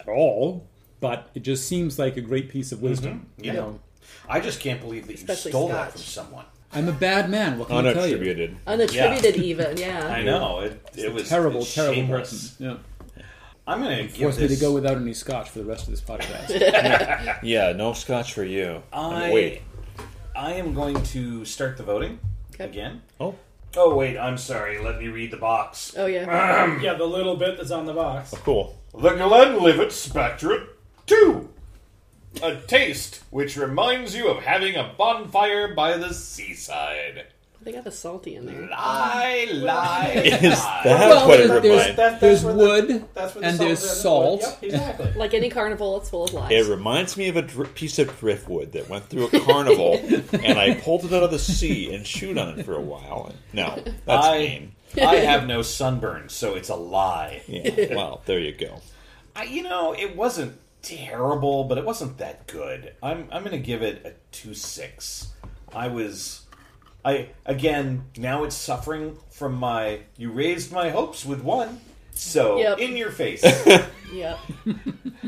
Speaker 5: at all, but it just seems like a great piece of wisdom.
Speaker 1: Yeah.
Speaker 5: You know,
Speaker 1: I just can't believe that
Speaker 3: Especially
Speaker 1: you stole that
Speaker 3: scotch.
Speaker 1: from someone.
Speaker 5: I'm a bad man. What can I tell you?
Speaker 4: Unattributed.
Speaker 3: Unattributed, even. Yeah.
Speaker 1: I know it. It was
Speaker 5: Terrible,
Speaker 1: it's
Speaker 5: terrible
Speaker 1: shameless.
Speaker 5: person. Yeah.
Speaker 1: I'm going to give
Speaker 5: Forced me
Speaker 1: this.
Speaker 5: to go without any scotch for the rest of this podcast.
Speaker 4: Yeah, no scotch for you.
Speaker 1: I
Speaker 4: Wait.
Speaker 1: I am going to start the voting
Speaker 3: Okay.
Speaker 1: again.
Speaker 4: Oh,
Speaker 1: Oh wait, I'm sorry. Let me read the box.
Speaker 3: Oh yeah.
Speaker 2: Yeah, the little bit that's on the box.
Speaker 4: cool.
Speaker 6: The Glenlivet Spectrum 2. A taste which reminds you of having a bonfire by the seaside.
Speaker 3: They got the salty in there.
Speaker 6: Lie, lie.
Speaker 4: Is that what it
Speaker 5: there's-
Speaker 4: reminds?
Speaker 2: That-
Speaker 5: There's
Speaker 2: where
Speaker 5: wood,
Speaker 2: the, that's where the
Speaker 5: and
Speaker 2: salt
Speaker 5: there's
Speaker 2: is in.
Speaker 5: salt.
Speaker 2: Yep, exactly.
Speaker 3: Like any carnival, it's full of lies.
Speaker 4: It reminds me of a dr- piece of driftwood that went through a carnival, and I pulled it out of the sea and chewed on it for a while. No, that's
Speaker 1: I-
Speaker 4: mean.
Speaker 1: I have no sunburn, so it's a lie.
Speaker 4: Yeah, well, there you go.
Speaker 1: I, you know, it wasn't terrible, but it wasn't that good. I'm I'm gonna give it a two six. I was, I again now it's suffering from my. You raised my hopes with one, so
Speaker 3: Yep.
Speaker 1: in your face
Speaker 3: Yep.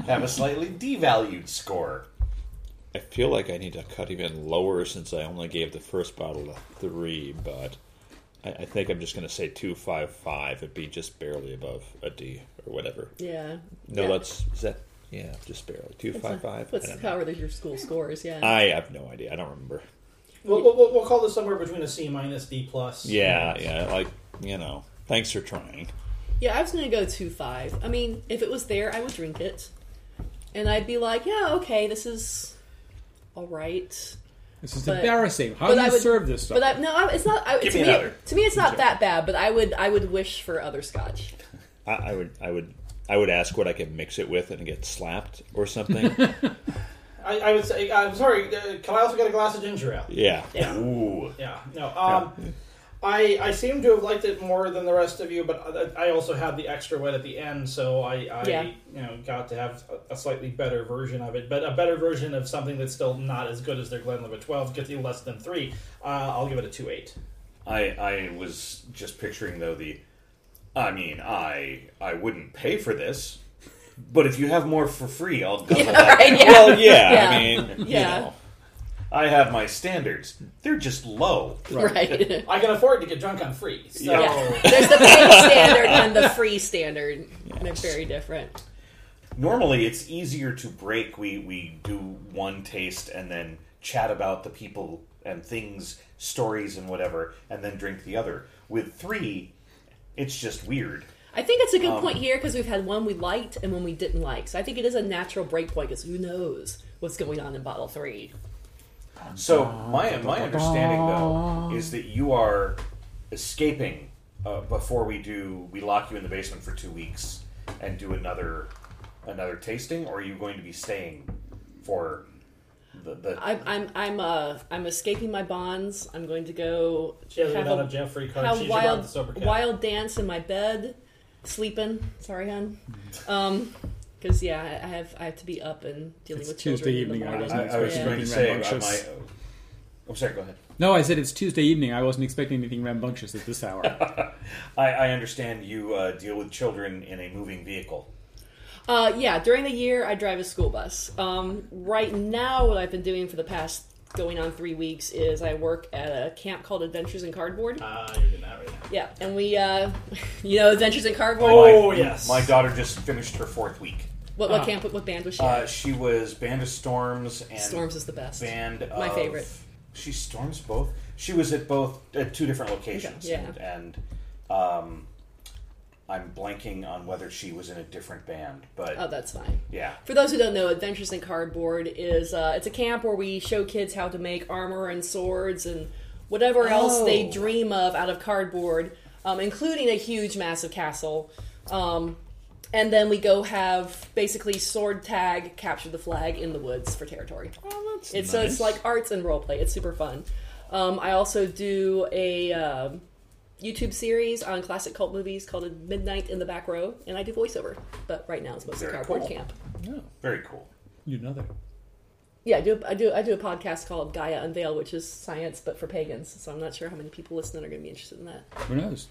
Speaker 1: have a slightly devalued score.
Speaker 4: I feel like I need to cut even lower since I only gave the first bottle a three, but I, I think I'm just going to say two five five. It'd be just barely above a D or whatever.
Speaker 3: Yeah.
Speaker 4: No,
Speaker 3: yeah.
Speaker 4: that's is that yeah, just barely two five five. I
Speaker 3: What's
Speaker 4: don't know.
Speaker 3: however your school scores? Yeah.
Speaker 4: I have no idea. I don't remember.
Speaker 2: We'll, we'll- we'll, we'll call this somewhere between a C minus D plus.
Speaker 4: Yeah, yeah, like you know. Thanks for trying.
Speaker 3: Yeah, I was gonna go two five. I mean, if it was there, I would drink it, and I'd be like, yeah, okay, this is all right.
Speaker 5: this is
Speaker 3: But-
Speaker 5: embarrassing. How do
Speaker 3: I
Speaker 5: you
Speaker 3: would
Speaker 5: serve this stuff?
Speaker 3: But I, no, I, it's not. I,
Speaker 1: Give
Speaker 3: to
Speaker 1: me
Speaker 3: me,
Speaker 1: another.
Speaker 3: to me, it's not that bad. But I would, I would wish for other scotch.
Speaker 4: I, I would, I would, I would ask what I could mix it with and get slapped or something.
Speaker 2: I, I would say, uh, I'm sorry, uh, can I also get a glass of ginger ale?
Speaker 4: yeah,
Speaker 3: Yeah.
Speaker 1: Ooh,
Speaker 2: Yeah, no. Um, I, I seem to have liked it more than the rest of you, but I I also had the extra wet at the end, so I, I
Speaker 3: Yeah.
Speaker 2: you know got to have a- a slightly better version of it, but a better version of something that's still not as good as their Glenlivet 12 gets you less than three. Uh, I'll give it a two eight.
Speaker 1: I I was just picturing though the I mean, I I wouldn't pay for this, but if you have more for free, I'll gobble that.
Speaker 3: Right, yeah.
Speaker 4: Well, Oh, yeah, I
Speaker 3: Yeah.
Speaker 4: mean, you
Speaker 3: Yeah.
Speaker 4: know.
Speaker 1: I have my standards. They're just low.
Speaker 3: right.
Speaker 2: I can afford to get drunk on free, so
Speaker 3: Yeah. There's the paid standard and the free standard. They're very different.
Speaker 1: Normally, it's easier to break. We we do one taste and then chat about the people and things, stories and whatever, and then drink the other. With three, it's just weird.
Speaker 3: I think that's a good point here because we've had one we liked and one we didn't like. So I think it is a natural break point because who knows what's going on in bottle three.
Speaker 1: So my my understanding though is that you are escaping uh, before we do. We lock you in the basement for two weeks and do another another tasting, or are you going to be staying for the? the
Speaker 3: I'm I'm I'm uh I'm escaping my bonds. I'm going to go
Speaker 2: she has
Speaker 3: have
Speaker 2: another
Speaker 3: a
Speaker 2: Jeffrey card.
Speaker 3: have
Speaker 2: She's wild, the
Speaker 3: wild
Speaker 2: sober cat.
Speaker 3: wild dance in my bed, sleeping. Sorry, hon. Um, because yeah, I I have I have to be up and dealing
Speaker 5: It's
Speaker 3: with
Speaker 5: Tuesday
Speaker 3: children in the
Speaker 5: evening, I
Speaker 3: morning.
Speaker 1: I, I was
Speaker 3: Yeah.
Speaker 1: going to
Speaker 5: Being
Speaker 1: say I
Speaker 5: rambunctious.
Speaker 1: might. I'm sorry. Go ahead.
Speaker 5: No, I said it's Tuesday evening. I wasn't expecting anything rambunctious at this hour.
Speaker 1: I, I understand you uh, deal with children in a moving vehicle.
Speaker 3: Uh, yeah, during the year I drive a school bus. Um, right now, what I've been doing for the past going on three weeks is I work at a camp called Adventures in Cardboard.
Speaker 2: Ah, you're doing that right now.
Speaker 3: Yeah, and we, uh, you know, Adventures in Cardboard.
Speaker 2: Oh yes,
Speaker 1: My daughter just finished her fourth week.
Speaker 3: What, what
Speaker 2: Uh-huh.
Speaker 3: camp? What band was she?
Speaker 1: Uh,
Speaker 3: at?
Speaker 1: she was Band of Storms and
Speaker 3: Storms is the best.
Speaker 1: band. Of,
Speaker 3: My favorite.
Speaker 1: She storms both. She was at both at two different locations.
Speaker 3: Okay, yeah.
Speaker 1: And, and um, I'm blanking on whether she was in a different band, but
Speaker 3: Oh, that's fine.
Speaker 1: yeah,
Speaker 3: For those who don't know, Adventures in Cardboard is uh, it's a camp where we show kids how to make armor and swords and whatever else they
Speaker 1: Oh.
Speaker 3: dream of out of cardboard, um, including a huge, massive castle. Um, and then we go have basically sword tag, capture the flag in the woods for territory.
Speaker 1: Oh,
Speaker 3: It's so it's like arts and role play. It's super fun. Um, I also do a um YouTube series on classic cult movies called Midnight in the Back Row, and I do voiceover. But right now it's mostly
Speaker 1: Very
Speaker 3: cardboard
Speaker 1: cool.
Speaker 3: camp.
Speaker 1: very cool.
Speaker 5: you know that.
Speaker 3: Yeah, I do. I do. I do a podcast called Gaia Unveil, which is science but for pagans. So I'm not sure how many people listening are going to be interested in that.
Speaker 5: Who knows?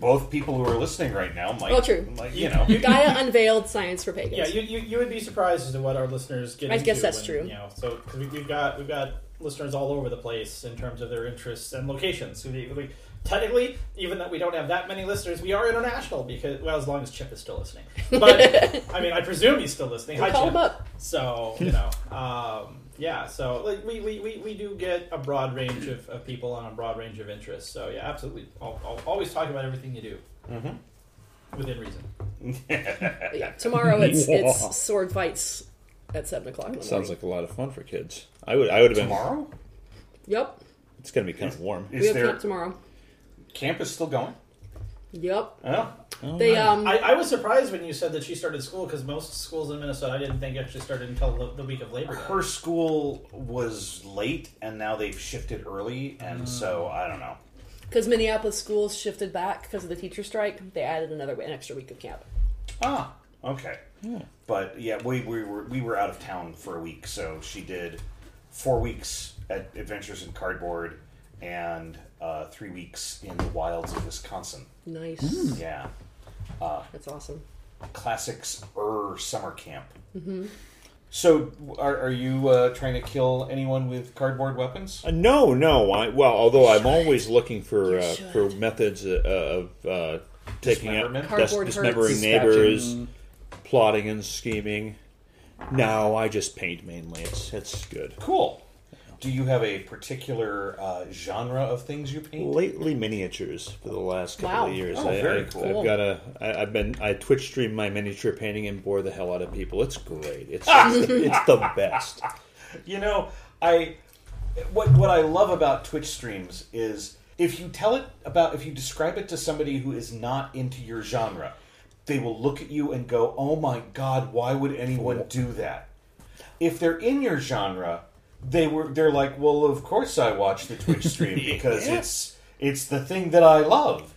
Speaker 1: Both people who are listening right now might,
Speaker 3: Oh, true.
Speaker 1: might you know,
Speaker 3: Gaia Unveiled, science for pagans.
Speaker 2: Yeah, you, you, you would be surprised as to what our listeners get.
Speaker 3: I
Speaker 2: into
Speaker 3: guess that's
Speaker 2: when,
Speaker 3: true.
Speaker 2: You know, so 'cause we, we've got we've got listeners all over the place in terms of their interests and locations. So we, we, technically, even though we don't have that many listeners, we are international because well, as long as Chip is still listening. But I mean, I presume he's still listening. Hi,
Speaker 3: call
Speaker 2: Chip.
Speaker 3: him up.
Speaker 2: So you know, um, yeah. So like we, we, we, we do get a broad range of, of people and a broad range of interests. So yeah, absolutely. I'll, I'll always talk about everything you do.
Speaker 5: Mm-hmm.
Speaker 2: Within reason.
Speaker 3: But yeah. Tomorrow it's
Speaker 4: Wow.
Speaker 3: it's sword fights at seven o'clock. In the
Speaker 4: Sounds
Speaker 3: morning.
Speaker 4: like a lot of fun for kids. I would. I would have been.
Speaker 1: tomorrow
Speaker 3: Yep.
Speaker 4: It's going to be kind of warm.
Speaker 3: we
Speaker 1: is
Speaker 3: have
Speaker 1: there
Speaker 3: camp tomorrow.
Speaker 1: camp is still going?
Speaker 3: Yep.
Speaker 1: Oh,
Speaker 3: They um.
Speaker 2: I, I was surprised when you said that she started school because most schools in Minnesota I didn't think actually started until the, the week of Labor Day.
Speaker 1: her school was late, and now they've shifted early, and so I don't know.
Speaker 3: Because Minneapolis schools shifted back because of the teacher strike, they added another an extra week of camp.
Speaker 1: Ah, okay. But yeah, we, we were we were out of town for a week, so she did four weeks at Adventures in Cardboard and uh, three weeks in the wilds of Wisconsin.
Speaker 3: Nice.
Speaker 5: Hmm.
Speaker 1: Yeah,
Speaker 3: That's awesome.
Speaker 1: classics er summer camp. Mm-hmm. So, are, are you uh, trying to kill anyone with cardboard weapons?
Speaker 4: Uh, no, no. I, well, although I'm always looking for
Speaker 3: You
Speaker 4: uh,
Speaker 3: should.
Speaker 4: for methods uh, of uh, taking out
Speaker 1: Dismemberment?
Speaker 4: dis-
Speaker 3: Cardboard
Speaker 4: dismembering
Speaker 3: hurts.
Speaker 4: neighbors,
Speaker 5: Dispatching.
Speaker 4: plotting and scheming. No, I just paint mainly. It's it's good.
Speaker 1: Cool. Do you have a particular uh, genre of things you paint?
Speaker 4: Lately, miniatures for the last couple
Speaker 3: Wow.
Speaker 4: of years.
Speaker 1: Oh,
Speaker 4: I,
Speaker 1: very
Speaker 4: I,
Speaker 1: cool.
Speaker 4: I've got a. I, I've been. I Twitch stream my miniature painting and bore the hell out of people. It's great. It's it's the best.
Speaker 1: You know, I what what I love about Twitch streams is if you tell it about if you describe it to somebody who is not into your genre, they will look at you and go, "Oh my god, why would anyone do that?" If they're in your genre, they were they're like, "Well, of course I watch the Twitch stream because it's It's the thing that I love.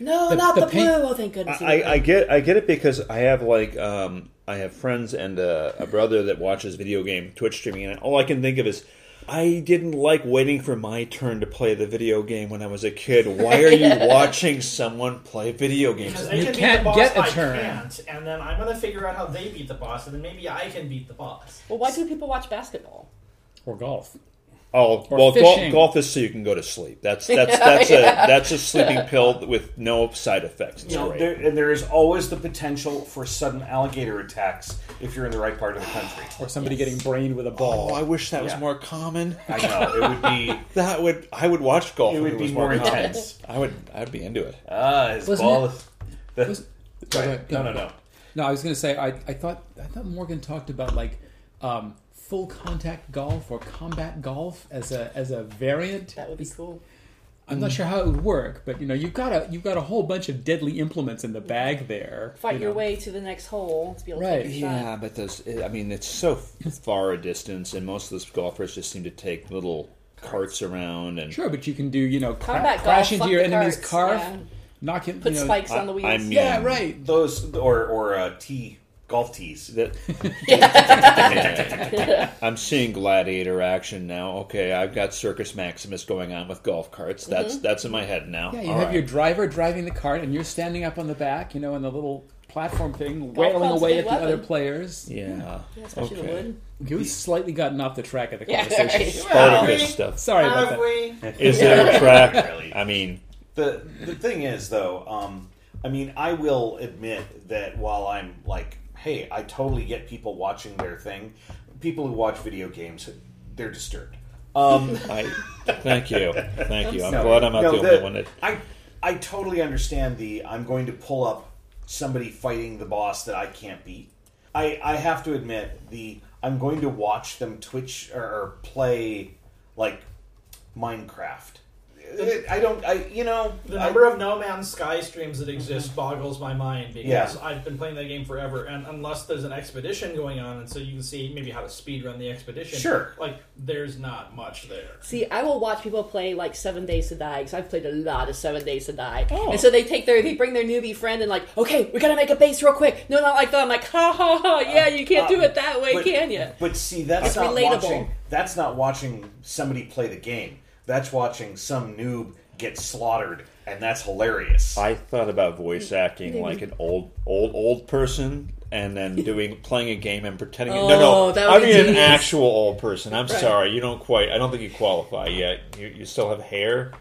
Speaker 3: No,
Speaker 5: The-
Speaker 3: not
Speaker 5: the
Speaker 3: the,
Speaker 5: pink-
Speaker 3: blue. Oh, thank goodness.
Speaker 4: I, I get I get it because I have like um, I have friends and a, a brother that watches video game Twitch streaming, and all I can think of is. I didn't like waiting for my turn to play the video game when I was a kid. Why are you watching someone play video games?
Speaker 2: Because they
Speaker 5: You
Speaker 2: can beat
Speaker 5: can't
Speaker 2: the boss,
Speaker 5: get a
Speaker 2: I
Speaker 5: turn.
Speaker 2: can't, and then I'm gonna figure out how they beat the boss, and then maybe I can beat the boss.
Speaker 3: well, why do people watch basketball?
Speaker 5: or golf.
Speaker 4: Oh,
Speaker 5: Or
Speaker 4: well, gol
Speaker 5: fishing.
Speaker 4: golf is so you can go to sleep. That's that's that's a that's a sleeping pill with no side effects. It's
Speaker 1: You know,
Speaker 4: great.
Speaker 1: there, and there is always the potential for sudden alligator attacks if you're in the right part of the country.
Speaker 5: Or somebody getting brained with a
Speaker 4: Oh,
Speaker 5: ball.
Speaker 4: I wish that was
Speaker 1: Yeah.
Speaker 4: more common.
Speaker 1: I know it would be
Speaker 4: That would I would watch golf.
Speaker 1: it
Speaker 4: if
Speaker 1: would be
Speaker 4: was
Speaker 1: more
Speaker 4: common.
Speaker 1: intense.
Speaker 4: I would I'd be into it.
Speaker 1: Ah, his
Speaker 5: Wasn't
Speaker 1: ball
Speaker 5: it-
Speaker 1: is the-
Speaker 5: was-
Speaker 1: Go
Speaker 5: Go
Speaker 1: ahead.
Speaker 5: ahead, go
Speaker 1: No, no,
Speaker 5: ahead.
Speaker 1: no.
Speaker 5: No, I was going to say I, I thought I thought Morgan talked about like um, full contact golf or combat golf as a as a variant.
Speaker 3: That would be cool.
Speaker 5: I'm not sure how it would work, but you know you've got a you've got a whole bunch of deadly implements in the bag there.
Speaker 3: Fight
Speaker 5: you
Speaker 3: your
Speaker 5: know.
Speaker 3: way to the next hole to be able to
Speaker 5: Right.
Speaker 3: take a shot.
Speaker 4: Yeah, but those I mean it's so far a distance, and most of those golfers just seem to take little carts around and
Speaker 5: Sure, but you can do you know cra-
Speaker 3: Combat golf,
Speaker 5: crash into
Speaker 3: fuck
Speaker 5: your
Speaker 3: the
Speaker 5: enemy's
Speaker 3: carts,
Speaker 5: car,
Speaker 3: yeah.
Speaker 5: knock him,
Speaker 3: Put
Speaker 5: you know,
Speaker 3: spikes on the
Speaker 4: I-
Speaker 3: wheels.
Speaker 4: I mean-
Speaker 5: Yeah, right.
Speaker 1: Those or or uh, tee golf tees.
Speaker 4: that. I'm seeing gladiator action now. Okay, I've got Circus Maximus going on with golf carts. That's that's in my head now.
Speaker 5: Yeah, you
Speaker 4: All
Speaker 5: have
Speaker 4: right.
Speaker 5: your driver driving the cart, and you're standing up on the back, you know, on the little platform thing,
Speaker 3: club's
Speaker 5: wailing
Speaker 3: a
Speaker 5: away
Speaker 3: big
Speaker 5: at the
Speaker 3: weapon.
Speaker 5: other players.
Speaker 4: yeah.
Speaker 3: Yeah, especially
Speaker 4: okay.
Speaker 3: the wood.
Speaker 5: Okay, we've slightly gotten off the track of the
Speaker 3: Yeah,
Speaker 5: conversation.
Speaker 3: right.
Speaker 4: Spartacus
Speaker 2: Have we?
Speaker 4: stuff.
Speaker 5: Sorry about
Speaker 2: Have
Speaker 5: that.
Speaker 2: we?
Speaker 4: Is there a track? I mean,
Speaker 1: The the thing is though, um, I mean, I will admit that while I'm like, hey, I totally get people watching their thing. People who watch video games, they're disturbed. Um,
Speaker 4: I thank you, thank you. I'm
Speaker 1: No,
Speaker 4: glad I'm not
Speaker 1: no,
Speaker 4: the only one that.
Speaker 1: I I totally understand the I'm going to pull up somebody fighting the boss that I can't beat. I I have to admit the I'm going to watch them twitch or, or play like Minecraft. It- I don't I you know I-
Speaker 2: The
Speaker 1: Mm-hmm.
Speaker 2: number of No Man's Sky streams that exist boggles my mind because
Speaker 1: Yeah.
Speaker 2: I've been playing that game forever, and unless there's an expedition going on, and so you can see maybe how to speed run the expedition.
Speaker 1: Sure.
Speaker 2: like there's not much there.
Speaker 3: See, I will watch people play like Seven Days to Die because I've played a lot of Seven Days to Die, and so they take their they bring their newbie friend and like, okay, we gotta make a base real quick. No, not like that. I'm like, ha ha ha. Yeah, you can't do it that way,
Speaker 1: but-
Speaker 3: can you?
Speaker 1: But see, that's
Speaker 3: It's
Speaker 1: not
Speaker 3: relatable.
Speaker 1: watching. That's not watching somebody play the game. That's watching some noob get slaughtered, and that's hilarious.
Speaker 4: I thought about voice acting like an old, old, old person, and then doing playing a game and pretending. no, no,
Speaker 3: Oh, that
Speaker 4: I
Speaker 3: would be
Speaker 4: mean an
Speaker 3: genius.
Speaker 4: actual old person. I'm sorry, you don't quite. I don't think you qualify yet. You, you still have hair.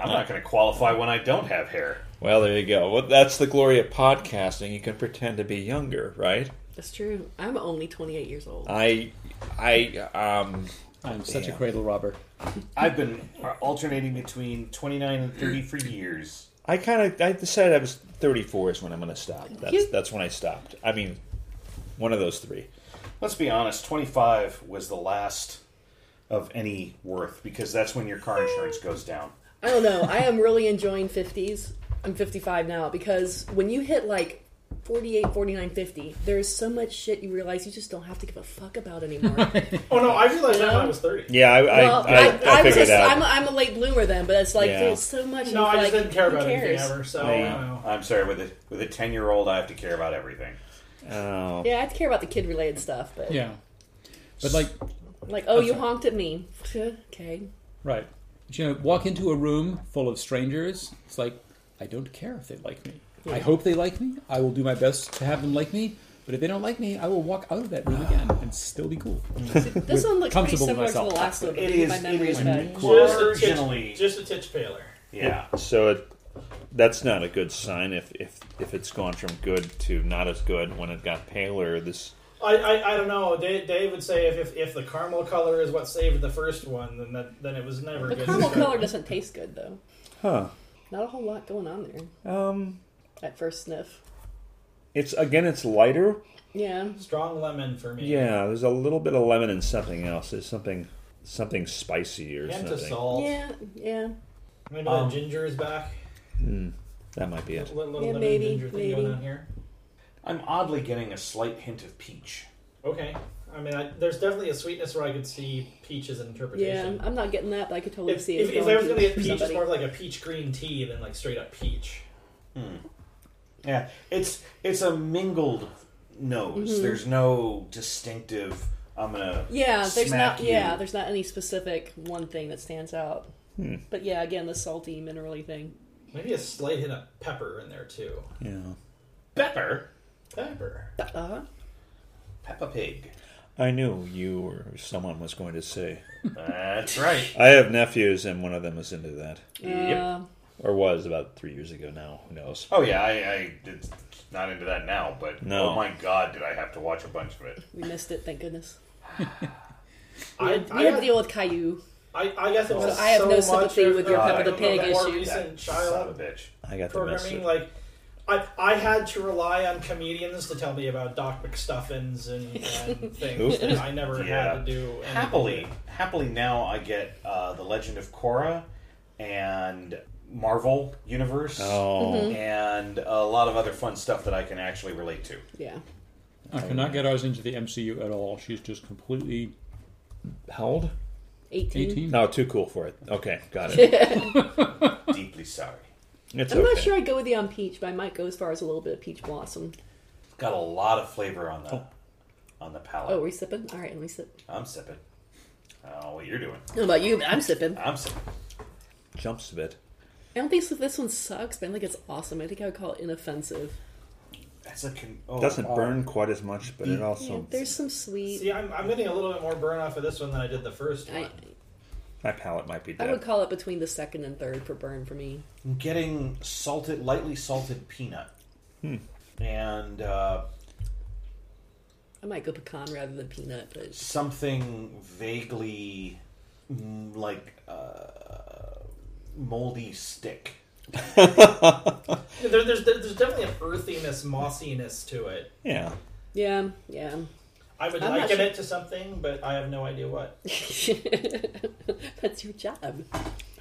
Speaker 1: I'm not going to qualify when I don't have hair.
Speaker 4: Well, there you go. Well, that's the glory of podcasting. You can pretend to be younger, right?
Speaker 3: That's true. I'm only 28 years old.
Speaker 4: I, I, um,
Speaker 5: I'm such
Speaker 4: Damn.
Speaker 5: a cradle robber.
Speaker 1: I've been alternating between 29 and 30 for years.
Speaker 4: I kind of I decided I was 34 is when I'm going to stop. That's
Speaker 3: You-
Speaker 4: that's when I stopped. I mean, one of those three.
Speaker 1: Let's be honest, 25 was the last of any worth because that's when your car insurance goes down.
Speaker 3: I don't know. I am really enjoying 50s. I'm 55 now because when you hit like 48, 49, 50, there's so much shit you realize you just don't have to give a fuck about anymore.
Speaker 2: Oh no, I realized that when I was thirty.
Speaker 4: Yeah, I
Speaker 3: well,
Speaker 4: I, I, I,
Speaker 3: was
Speaker 4: figured
Speaker 3: just,
Speaker 4: it out.
Speaker 3: I'm, I'm a late bloomer then, but it's like
Speaker 4: Yeah.
Speaker 3: there's so much.
Speaker 2: No,
Speaker 3: it's
Speaker 2: I just
Speaker 3: like,
Speaker 2: didn't care
Speaker 3: who
Speaker 2: about anything
Speaker 3: cares?
Speaker 2: ever. So you know.
Speaker 1: I'm sorry, with a, with a 10 year old, I have to care about everything.
Speaker 4: Oh.
Speaker 3: Yeah, I have to care about the kid related stuff, but
Speaker 5: Yeah, but like,
Speaker 3: like, oh, you
Speaker 5: sorry.
Speaker 3: honked at me. okay.
Speaker 5: right? But, you know, walk into a room full of strangers. It's like I don't care if they like me. I hope they like me. I will do my best to have them like me. But if they don't like me, I will walk out of that room again and still be cool.
Speaker 3: This one looks pretty
Speaker 5: comfortable
Speaker 3: similar
Speaker 5: myself.
Speaker 3: to the last one.
Speaker 1: It
Speaker 3: if
Speaker 1: is-
Speaker 3: My
Speaker 1: it
Speaker 3: memory
Speaker 1: is
Speaker 3: bad.
Speaker 2: Just a
Speaker 1: Marginally.
Speaker 2: titch, just a titch paler.
Speaker 1: Yeah.
Speaker 4: So it, that's not a good sign if, if if it's gone from good to not as good when it got paler. This
Speaker 2: I, I, I don't know. Dave, Dave would say if, if, if the caramel color is what saved the first one, then that then it was never
Speaker 3: The
Speaker 2: good.
Speaker 3: caramel color doesn't taste good though.
Speaker 4: huh.
Speaker 3: Not a whole lot going on there
Speaker 4: Um
Speaker 3: at first sniff.
Speaker 4: it's again it's lighter.
Speaker 3: Yeah.
Speaker 2: strong lemon for me.
Speaker 4: Yeah, there's a little bit of lemon and something else. There's something something spicy or
Speaker 2: hint of
Speaker 4: something.
Speaker 2: salt.
Speaker 3: Yeah, yeah.
Speaker 2: Maybe
Speaker 1: Um,
Speaker 2: the ginger is back.
Speaker 4: That might be
Speaker 2: A
Speaker 4: it.
Speaker 2: little, little
Speaker 3: Yeah,
Speaker 2: lemon
Speaker 3: maybe,
Speaker 2: ginger thing
Speaker 3: maybe.
Speaker 2: going on here.
Speaker 1: I'm oddly getting a slight hint of peach.
Speaker 2: Okay, I mean, I, there's definitely a sweetness where I could see peach as an
Speaker 3: Yeah,
Speaker 2: interpretation.
Speaker 3: I'm not getting that, but I could totally
Speaker 2: If,
Speaker 3: see
Speaker 2: if,
Speaker 3: it.
Speaker 2: if
Speaker 3: going
Speaker 2: I was going to get peach, it's
Speaker 3: somebody.
Speaker 2: more of like a peach green tea than like straight up peach.
Speaker 1: Yeah, it's it's a mingled nose. There's no distinctive. I'm gonna
Speaker 3: yeah, there's
Speaker 1: smack
Speaker 3: not
Speaker 1: you.
Speaker 3: yeah, there's not any specific one thing that stands out.
Speaker 4: Hmm.
Speaker 3: But yeah, again, the salty, minerally thing.
Speaker 2: Maybe a slight hint of pepper in there too.
Speaker 4: Yeah.
Speaker 1: pepper.
Speaker 2: Pepper.
Speaker 3: Uh huh.
Speaker 1: Peppa Pig.
Speaker 4: I knew you or someone was going to say.
Speaker 1: That's right.
Speaker 4: I have nephews, and one of them is into that.
Speaker 3: Uh,
Speaker 1: Yep.
Speaker 4: Or was about three years ago now. Who knows?
Speaker 1: Oh yeah, I, I it's not into that now, but
Speaker 4: No.
Speaker 1: oh my god, did I have to watch a bunch of it?
Speaker 3: We missed it, thank goodness. We
Speaker 2: I,
Speaker 3: had,
Speaker 2: I,
Speaker 3: we had to
Speaker 2: got-
Speaker 3: deal with Caillou.
Speaker 2: I, I got to miss
Speaker 3: I have
Speaker 2: so
Speaker 3: no
Speaker 2: much
Speaker 3: sympathy
Speaker 2: of
Speaker 3: with your
Speaker 2: the-
Speaker 1: Peppa the Pig
Speaker 2: of the more
Speaker 3: issue.
Speaker 2: recent
Speaker 1: Son
Speaker 2: child
Speaker 1: of a bitch.
Speaker 4: I got the message.
Speaker 2: programming. Like, I, I had to rely on comedians to tell me about Doc McStuffins and, and things that I never
Speaker 1: Yeah.
Speaker 2: had to do. anything
Speaker 1: Happily,
Speaker 2: with.
Speaker 1: happily now I get uh, the Legend of Korra and Marvel Universe
Speaker 4: Oh.
Speaker 3: Mm-hmm.
Speaker 1: and a lot of other fun stuff that I can actually relate to.
Speaker 3: Yeah.
Speaker 5: I cannot get ours into the MCU at all. She's just completely
Speaker 4: How old?
Speaker 3: 18.
Speaker 5: 18.
Speaker 4: No, too cool for it. Okay, got it.
Speaker 1: Deeply sorry.
Speaker 4: It's
Speaker 3: I'm
Speaker 4: okay.
Speaker 3: not sure I go with you on peach, but I might go as far as a little bit of peach blossom.
Speaker 1: It's got a lot of flavor on the on the palate.
Speaker 3: Oh, are we sipping? All right, let me sip.
Speaker 1: I'm sipping. I don't know what you're doing.
Speaker 3: I don't know about you, but I'm sipping. I
Speaker 1: I'm sipping.
Speaker 4: Jumps a bit.
Speaker 3: don't think so- this one sucks, but I think it's awesome. I think I would call it inoffensive.
Speaker 1: That's a con- oh,
Speaker 4: Doesn't
Speaker 1: uh,
Speaker 4: burn quite as much, but it also.
Speaker 3: Yeah, there's some sweet.
Speaker 2: See, I'm, I'm getting a little bit more burn off of this one than I did the first one.
Speaker 3: I,
Speaker 4: my palate might be
Speaker 3: I
Speaker 4: dead.
Speaker 3: would call it between the second and third for burn for me.
Speaker 1: I'm getting salted, lightly salted peanut, and uh,
Speaker 3: I might go pecan rather than peanut, but
Speaker 1: something vaguely mm, like uh, moldy stick.
Speaker 2: Yeah, there, there's there's definitely an earthiness, mossiness to it.
Speaker 4: yeah.
Speaker 3: yeah, yeah.
Speaker 2: I would
Speaker 3: I'm not
Speaker 2: liken
Speaker 3: sure-
Speaker 2: it to something, but I have no idea what.
Speaker 3: That's your job.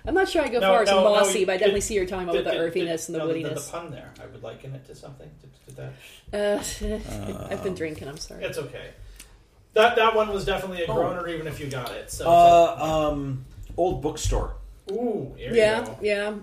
Speaker 3: I'm not sure I go
Speaker 2: No,
Speaker 3: far as
Speaker 2: no, no,
Speaker 3: mossy,
Speaker 2: you-
Speaker 3: but I
Speaker 2: did-
Speaker 3: definitely see you're talking about with the earthiness and the
Speaker 2: no,
Speaker 3: woodiness.
Speaker 2: The, pun there, I would liken it to something. To, to that.
Speaker 3: Uh, I've been drinking. I'm sorry.
Speaker 2: It's okay. That that one was definitely a groaner, even if you got it. So,
Speaker 1: Uh, um, old bookstore.
Speaker 2: it's like, ooh, here you
Speaker 3: Yeah,
Speaker 2: go.
Speaker 3: yeah,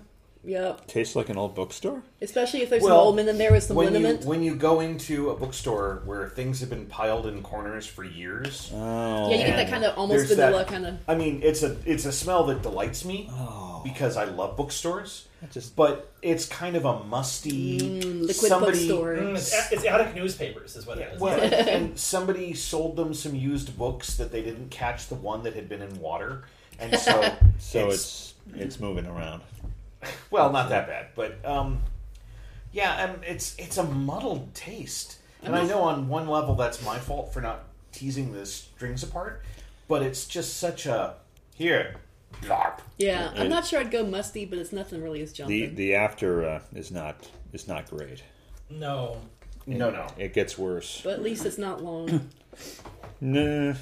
Speaker 3: yep.
Speaker 4: Tastes like an old bookstore?
Speaker 3: Especially if there's
Speaker 1: Well,
Speaker 3: some almond in there with some
Speaker 1: When you,
Speaker 3: liniment.
Speaker 1: when you go into a bookstore where things have been piled in corners for years,
Speaker 4: Oh.
Speaker 3: yeah, you get that
Speaker 1: and
Speaker 3: kind of almost
Speaker 1: there's that-
Speaker 3: vanilla kind of.
Speaker 1: I mean, it's a it's a smell that delights me
Speaker 4: Oh.
Speaker 1: because I love bookstores.
Speaker 4: just-
Speaker 1: but it's kind of a musty
Speaker 3: liquid
Speaker 1: somebody,
Speaker 3: bookstore.
Speaker 2: Mm, it's, it's attic newspapers, is what it is.
Speaker 1: Well, and somebody sold them some used books that they didn't catch the one that had been in water, and so
Speaker 4: So it's, it's moving around.
Speaker 1: well, not that bad, but um, yeah, um, it's it's a muddled taste, and I know on one level that's my fault for not teasing the strings apart, but it's just such a here, blarp.
Speaker 3: Yeah, I'm not sure I'd go musty, but it's nothing really is
Speaker 4: The
Speaker 3: jumping.
Speaker 4: the after uh, is not is not great.
Speaker 2: no,
Speaker 1: No, no,
Speaker 4: It gets worse.
Speaker 3: but at least it's not long.
Speaker 4: Nah.
Speaker 2: the,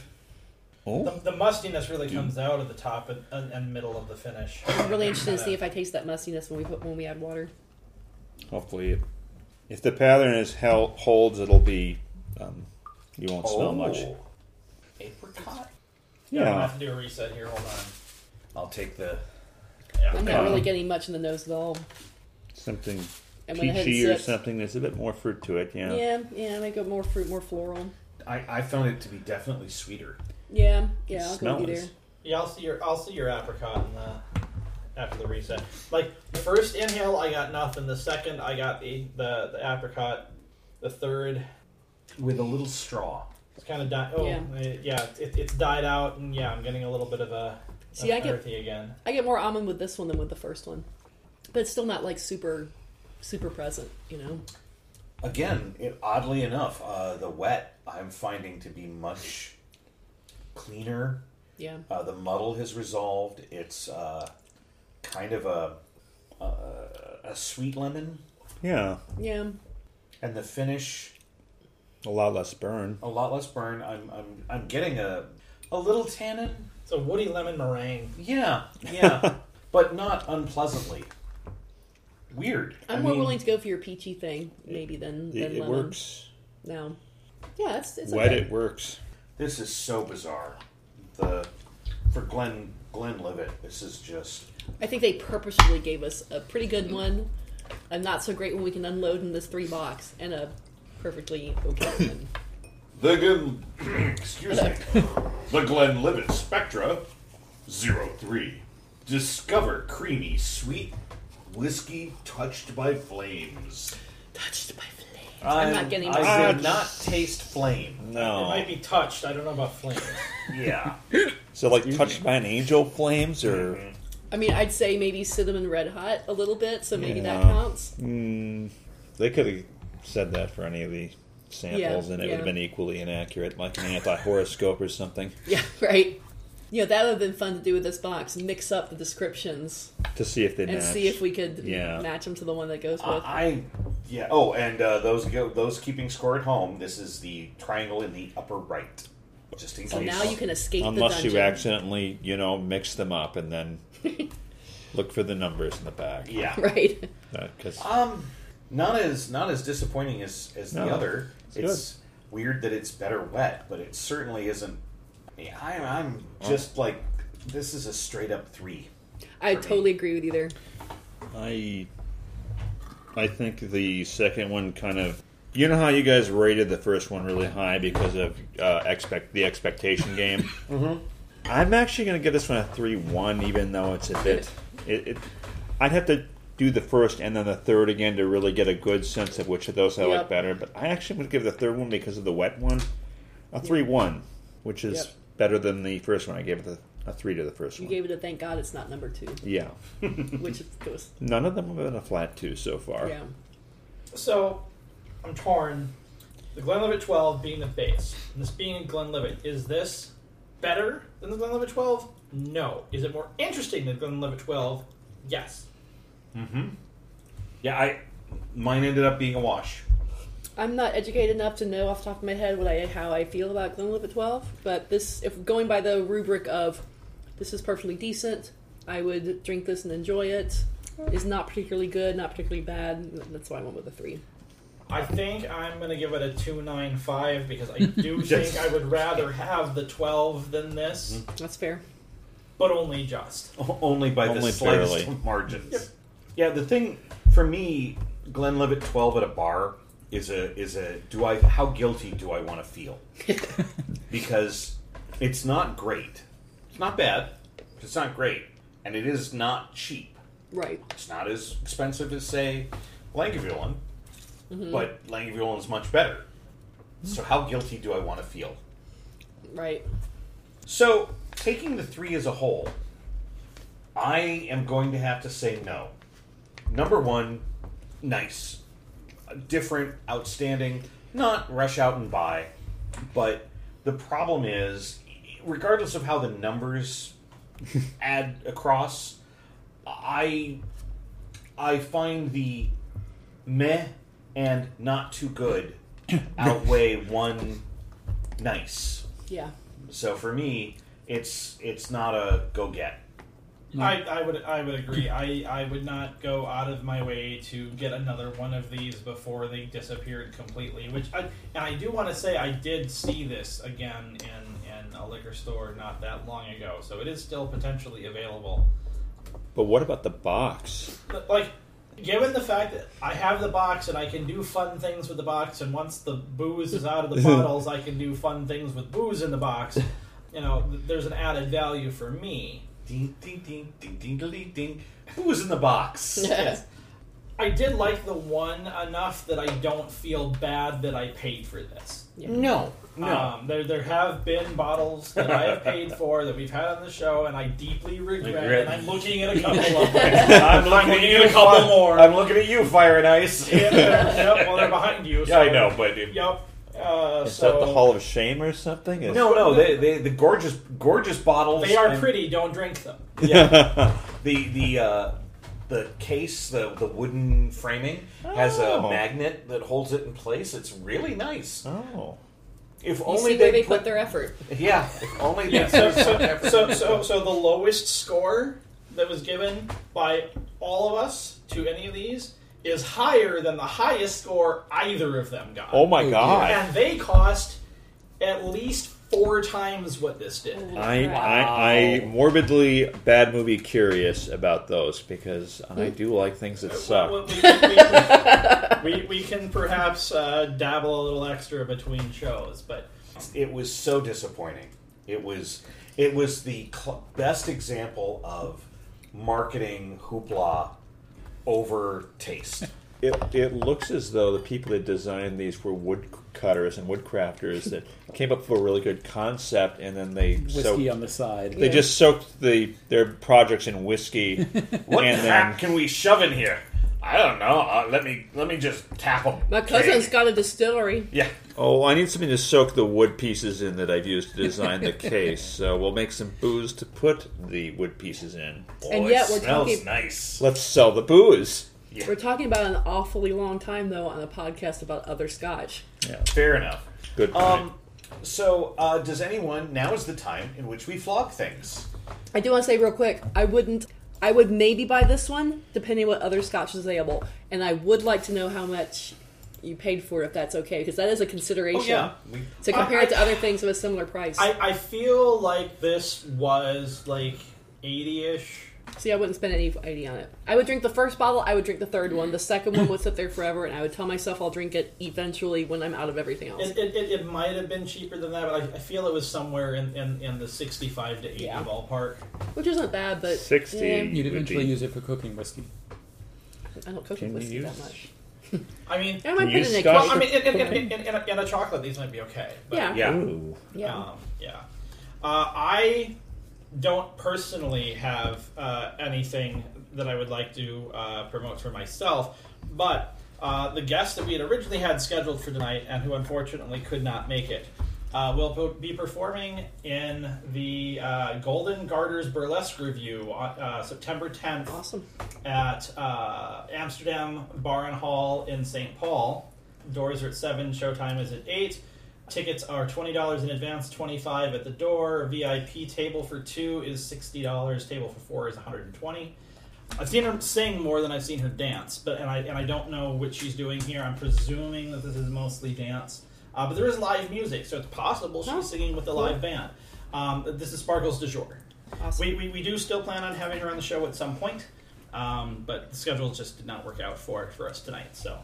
Speaker 4: Oh.
Speaker 2: the mustiness really comes out at the top and, and, and middle of the finish.
Speaker 3: I'm really interested to see if I taste that mustiness when we put when we add water.
Speaker 4: Hopefully, it, if the pattern is held, holds, it'll be. Um, you won't smell much.
Speaker 1: Oh, Apricot.
Speaker 2: Yeah, I'm gonna
Speaker 4: Yeah.
Speaker 2: have to do a reset here. Hold on.
Speaker 1: I'll take the
Speaker 3: I'm
Speaker 2: Yeah.
Speaker 3: not really getting much in the nose at all.
Speaker 4: Something
Speaker 3: I went ahead and
Speaker 4: peachy or
Speaker 3: sipped.
Speaker 4: something. There's a bit more fruit to it. Yeah.
Speaker 3: Yeah, yeah, I might go more fruit, more floral.
Speaker 1: I, I found it to be definitely sweeter.
Speaker 3: Yeah, yeah, I'll go with you
Speaker 4: Smell is-
Speaker 3: there.
Speaker 2: Yeah, I'll see your I'll see your apricot in the, after the reset. Like the first inhale, I got nothing. The second, I got the the, the apricot. The third,
Speaker 1: with a little straw.
Speaker 2: it's kind of died. Oh,
Speaker 3: Yeah.
Speaker 2: it- yeah, it, it's died out, and yeah, I'm getting a little bit of a
Speaker 3: See,
Speaker 2: of
Speaker 3: I get-
Speaker 2: earthy again.
Speaker 3: I get more almond with this one than with the first one, but it's still not like super, super present. You know,
Speaker 1: Again, it, oddly enough, uh, the wet I'm finding to be much cleaner.
Speaker 3: yeah.
Speaker 1: Uh, the muddle has resolved. It's uh, kind of a, a a sweet lemon,
Speaker 4: Yeah.
Speaker 3: Yeah,
Speaker 1: and the finish
Speaker 4: A lot less burn.
Speaker 1: a lot less burn. I'm I'm I'm getting a a little tannin.
Speaker 2: It's a woody lemon meringue.
Speaker 1: Yeah, yeah, but not unpleasantly. Weird.
Speaker 3: I'm
Speaker 1: I
Speaker 3: more
Speaker 1: mean,
Speaker 3: willing to go for your peachy thing maybe than
Speaker 4: It,
Speaker 3: than
Speaker 4: it
Speaker 3: lemon.
Speaker 4: works.
Speaker 3: No, yeah, it's it's
Speaker 4: Wet
Speaker 3: okay.
Speaker 4: it works.
Speaker 1: This is so bizarre. The for Glenn Glenn Levitt, this is just
Speaker 3: I think they purposefully gave us a pretty good one, a not so great one we can unload in this three box, and a perfectly okay one.
Speaker 6: The Glen, excuse me, the Glenlivet Spectra, 03. Discover creamy, sweet whiskey touched by flames. Ah,
Speaker 3: Touched by flames. I'm, not getting my
Speaker 1: I did not taste flame.
Speaker 2: It might
Speaker 4: No.
Speaker 2: be touched. I don't know about flame.
Speaker 1: Yeah.
Speaker 4: So like touched by an angel flames or
Speaker 3: I mean, I'd say maybe cinnamon red hot a little bit, so maybe that
Speaker 4: Yeah.
Speaker 3: counts.
Speaker 2: Mm-hmm.
Speaker 4: Hmm. they could have said that for any of the samples
Speaker 3: Yeah,
Speaker 4: and it would have
Speaker 3: yeah.
Speaker 4: been equally inaccurate, like an anti horoscope or something.
Speaker 3: Yeah, right. You know, that would have been fun to do with this box. Mix up the descriptions
Speaker 4: To see if they
Speaker 3: and
Speaker 4: match.
Speaker 3: see if we could
Speaker 4: Yeah.
Speaker 3: match them to the one that goes with.
Speaker 1: I yeah. Oh, and uh, those go those keeping score at home. This is the triangle in the upper right. Just in
Speaker 3: so
Speaker 1: case.
Speaker 3: now you can escape
Speaker 4: Unless
Speaker 3: the
Speaker 4: you
Speaker 3: dungeon.
Speaker 4: accidentally, you know, mix them up and then look for the numbers in the back.
Speaker 1: Yeah.
Speaker 3: Right.
Speaker 4: Because
Speaker 1: Um, not as not as disappointing as as the
Speaker 4: No,
Speaker 1: other.
Speaker 4: it's
Speaker 1: It's, weird that it's better wet, but it certainly isn't. Yeah, I'm, I'm just like this is a straight up three.
Speaker 3: I
Speaker 1: For me.
Speaker 3: totally agree with you there.
Speaker 4: I I think the second one kind of you know how you guys rated the first one really high because of uh, expect the expectation game. mm-hmm. I'm actually going to give this one a three one, even though it's a bit. It, it I'd have to do the first and then the third again to really get a good sense of which of those I like
Speaker 3: Yep.
Speaker 4: better. But I actually would give the third one because of the wet one a three one, which is
Speaker 3: Yep.
Speaker 4: better than the first one. I gave it a, a three to the first
Speaker 3: You
Speaker 4: one.
Speaker 3: gave it a thank God it's not number two,
Speaker 4: yeah,
Speaker 3: which it goes.
Speaker 4: none of them have been a flat two so far.
Speaker 3: Yeah.
Speaker 2: so, I'm torn. The Glenlivet 12 being the base, and this being Glenlivet, is this better than the Glenlivet 12? No. Is it more interesting than Glenlivet 12? Yes.
Speaker 1: Yeah, I mine ended up being a wash.
Speaker 3: I'm not educated enough to know off the top of my head what I how I feel about Glenlivet 12, but this if going by the rubric of this is perfectly decent, I would drink this and enjoy it. Is not particularly good, not particularly bad. That's why I went with a three.
Speaker 2: I think I'm going to give it a 295 because I do think I would rather have the 12 than this,
Speaker 3: That's fair.
Speaker 2: but only just.
Speaker 1: O- Only by
Speaker 4: Only
Speaker 1: the slightest
Speaker 4: barely.
Speaker 1: of margins. Yeah, the thing for me, Glenlivet twelve at a bar is a is a do I how guilty do I want to feel? because it's not great. It's not bad. but It's not great, and it is not cheap.
Speaker 3: Right.
Speaker 1: It's not as expensive as say Langevin,
Speaker 4: Mm-hmm.
Speaker 1: but Langevin is much better. So how guilty do I want to feel?
Speaker 3: Right.
Speaker 1: So, taking the three as a whole, I am going to have to say no. Number one, nice. Different, outstanding, not rush out and buy. But the problem is, regardless of how the numbers add across, I I find the meh and not too good outweigh one nice.
Speaker 3: Yeah.
Speaker 1: So for me, it's it's not a go get.
Speaker 2: I, I would I would agree. I, I would not go out of my way to get another one of these before they disappeared completely. Which I and I do want to say I did see this again in, in a liquor store not that long ago, so it is still potentially available.
Speaker 4: But what about the box?
Speaker 2: But, like given the fact that I have the box and I can do fun things with the box, and once the booze is out of the bottles, I can do fun things with booze in the box. You know, th- there's an added value for me.
Speaker 1: Ding ding ding ding ding ding ding. Who was in the box?
Speaker 3: Yes.
Speaker 2: I did like the one enough that I don't feel bad that I paid for this.
Speaker 1: No, no.
Speaker 2: Um, there, there have been bottles that I have paid for that we've had on the show, and I deeply regret.
Speaker 1: Regret.
Speaker 2: And I'm looking at a couple of them.
Speaker 1: Uh, I'm
Speaker 2: looking at you, fi-
Speaker 1: I'm looking at you, Fire and Ice.
Speaker 2: Yeah, yep, well, they're behind you.
Speaker 1: Yeah,
Speaker 2: So.
Speaker 1: I know, but it-
Speaker 2: Yep. Uh,
Speaker 4: Is
Speaker 2: so
Speaker 4: that the Hall of Shame or something? Is-
Speaker 1: no, no. They, they the gorgeous gorgeous bottles.
Speaker 2: They are
Speaker 1: and
Speaker 2: pretty. Don't drink them.
Speaker 1: The the uh, the case, the the wooden framing has a
Speaker 4: Oh.
Speaker 1: magnet that holds it in place. It's really nice.
Speaker 4: Oh.
Speaker 1: If
Speaker 3: You
Speaker 1: only
Speaker 3: see where
Speaker 1: they
Speaker 3: they put their effort.
Speaker 1: yeah. If only they
Speaker 2: Yeah. So,
Speaker 1: put some
Speaker 2: so,
Speaker 1: effort
Speaker 2: so, so, so the lowest score that was given by all of us to any of these is higher than the highest score either of them got.
Speaker 4: Oh my god.
Speaker 2: and they cost at least four times what this did.
Speaker 4: I, I, I morbidly bad movie curious about those because I do like things that
Speaker 2: We,
Speaker 4: suck.
Speaker 2: we- we- we can perhaps uh, dabble a little extra between shows, but
Speaker 1: It was so disappointing. It was it was the cl- best example of marketing hoopla over taste.
Speaker 4: It, it looks as though the people that designed these were woodcutters and woodcrafters that came up with a really good concept and then they
Speaker 5: whiskey
Speaker 4: soaked-
Speaker 5: on the side.
Speaker 4: they just soaked the their projects in whiskey
Speaker 6: What
Speaker 4: and
Speaker 6: crap
Speaker 4: then
Speaker 6: can we shove in here? I don't know. Uh, let me let me just tap them.
Speaker 3: My cousin's got a distillery.
Speaker 6: Yeah.
Speaker 4: oh I need something to soak the wood pieces in that I've used to design the case so we'll make some booze to put the wood pieces in.
Speaker 3: And
Speaker 6: Oh,
Speaker 3: yet
Speaker 6: it
Speaker 3: we're
Speaker 6: smells
Speaker 3: talking-
Speaker 6: nice.
Speaker 4: Let's sell the booze.
Speaker 3: We're talking about an awfully long time though on a podcast about other scotch.
Speaker 4: Yeah,
Speaker 1: Fair enough.
Speaker 4: good. Point.
Speaker 1: Um, so uh, does anyone? Now is the time in which we flog things.
Speaker 3: I do want to say real quick, I wouldn't. I would maybe buy this one, depending what other scotch is available, and I would like to know how much you paid for it, if that's okay, because that is a consideration
Speaker 2: Oh,
Speaker 1: we,
Speaker 3: to compare it to other things of a similar price.
Speaker 2: I, I feel like this was like 80 ish.
Speaker 3: See, I wouldn't spend any eighty on it. I would drink the first bottle. I would drink the third one. The second one would sit there forever, and I would tell myself I'll drink it eventually when I'm out of everything else.
Speaker 2: It, it, it, it might have been cheaper than that, but I, I feel it was somewhere in, in, in the 65 to 80
Speaker 3: Yeah.
Speaker 2: ballpark.
Speaker 3: Which isn't bad, but
Speaker 4: 60.
Speaker 3: eh,
Speaker 5: You'd
Speaker 4: would
Speaker 5: eventually
Speaker 4: be-
Speaker 5: use it for cooking whiskey.
Speaker 3: I don't cook
Speaker 4: Can
Speaker 3: with
Speaker 4: you
Speaker 3: whiskey that much.
Speaker 4: use-
Speaker 2: I mean,
Speaker 3: I might
Speaker 4: you
Speaker 3: put it in a
Speaker 4: scotch
Speaker 2: well,
Speaker 3: cake.
Speaker 2: I mean, in, in, in, in, in, a, in a chocolate, these might be okay. But,
Speaker 3: yeah,
Speaker 1: yeah.
Speaker 4: Ooh.
Speaker 3: yeah.
Speaker 2: Um, yeah. Uh, I don't personally have uh, anything that I would like to uh, promote for myself, but uh, the guest that we had originally had scheduled for tonight and who unfortunately could not make it uh, will po- be performing in the uh, Golden Garters Burlesque Review on uh, September 10th
Speaker 3: Awesome.
Speaker 2: at uh, Amsterdam Bar and Hall in St. Paul. Doors are at 7, showtime is at 8. Tickets are $20 in advance, 25 at the door. VIP table for two is $60, table for four is 120 I've seen her sing more than I've seen her dance, but and I and I don't know what she's doing here. I'm presuming that this is mostly dance, uh, but there is live music, so it's possible she's
Speaker 3: Oh,
Speaker 2: singing with a live band. Um, this is Sparkles de Jour.
Speaker 3: Awesome.
Speaker 2: We, we, we do still plan on having her on the show at some point, um, but the schedule just did not work out for for us tonight. So,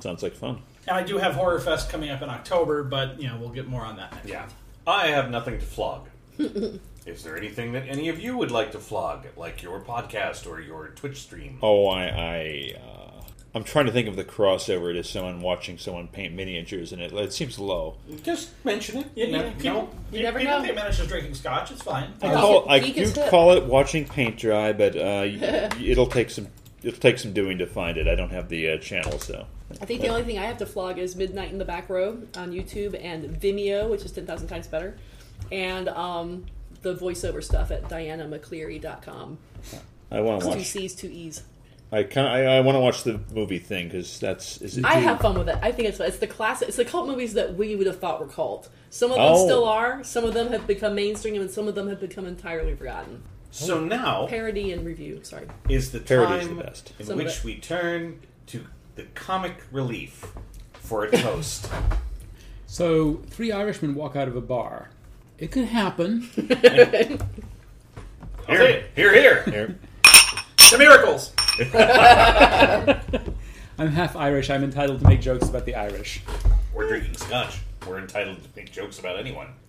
Speaker 4: Sounds like fun.
Speaker 2: and I do have Horror Fest coming up in October, but you know we'll get more on that. Next
Speaker 1: yeah. I have nothing to flog. is there anything that any of you would like to flog, like your podcast or your Twitch stream?
Speaker 4: Oh, I, I, uh, I'm trying to think of the crossover to someone watching someone paint miniatures, and it, it seems low.
Speaker 1: Just mention it.
Speaker 2: Yeah,
Speaker 1: No-
Speaker 2: people,
Speaker 1: no.
Speaker 3: You never
Speaker 2: people
Speaker 3: know.
Speaker 2: think manage to drinking scotch. It's fine.
Speaker 4: I,
Speaker 3: Geek
Speaker 4: call,
Speaker 3: is-
Speaker 4: I
Speaker 3: geek
Speaker 4: do
Speaker 3: is hip.
Speaker 4: call it watching paint dry, but uh, y- it'll take some it'll take some doing to find it. I don't have the uh, channel, so
Speaker 3: I think the only thing I have to flog is Midnight in the Back Row on YouTube and Vimeo, which is 10,000 times better, and um, the voiceover stuff at dianamcleary.com.
Speaker 4: I want to
Speaker 3: Two
Speaker 4: watch.
Speaker 3: C's, two E's.
Speaker 4: I kind I, I want to watch the movie thing because that's is it.
Speaker 3: I
Speaker 4: due-
Speaker 3: have fun with it. I think it's it's the classic. It's the cult movies that we would have thought were cult. Some of them
Speaker 4: Oh.
Speaker 3: still are. Some of them have become mainstream, and some of them have become entirely forgotten.
Speaker 1: So now
Speaker 3: Parody and review. Sorry.
Speaker 1: is the
Speaker 4: Parody is
Speaker 1: time
Speaker 4: the best.
Speaker 1: in
Speaker 3: Some of
Speaker 1: which
Speaker 3: it.
Speaker 1: we turn to the comic relief for a toast.
Speaker 5: So three Irishmen walk out of a bar. It could happen.
Speaker 1: here, here, here.
Speaker 4: Here.
Speaker 2: The miracles.
Speaker 5: I'm half Irish. I'm entitled to make jokes about the Irish.
Speaker 1: We're drinking scotch. We're entitled to make jokes about anyone.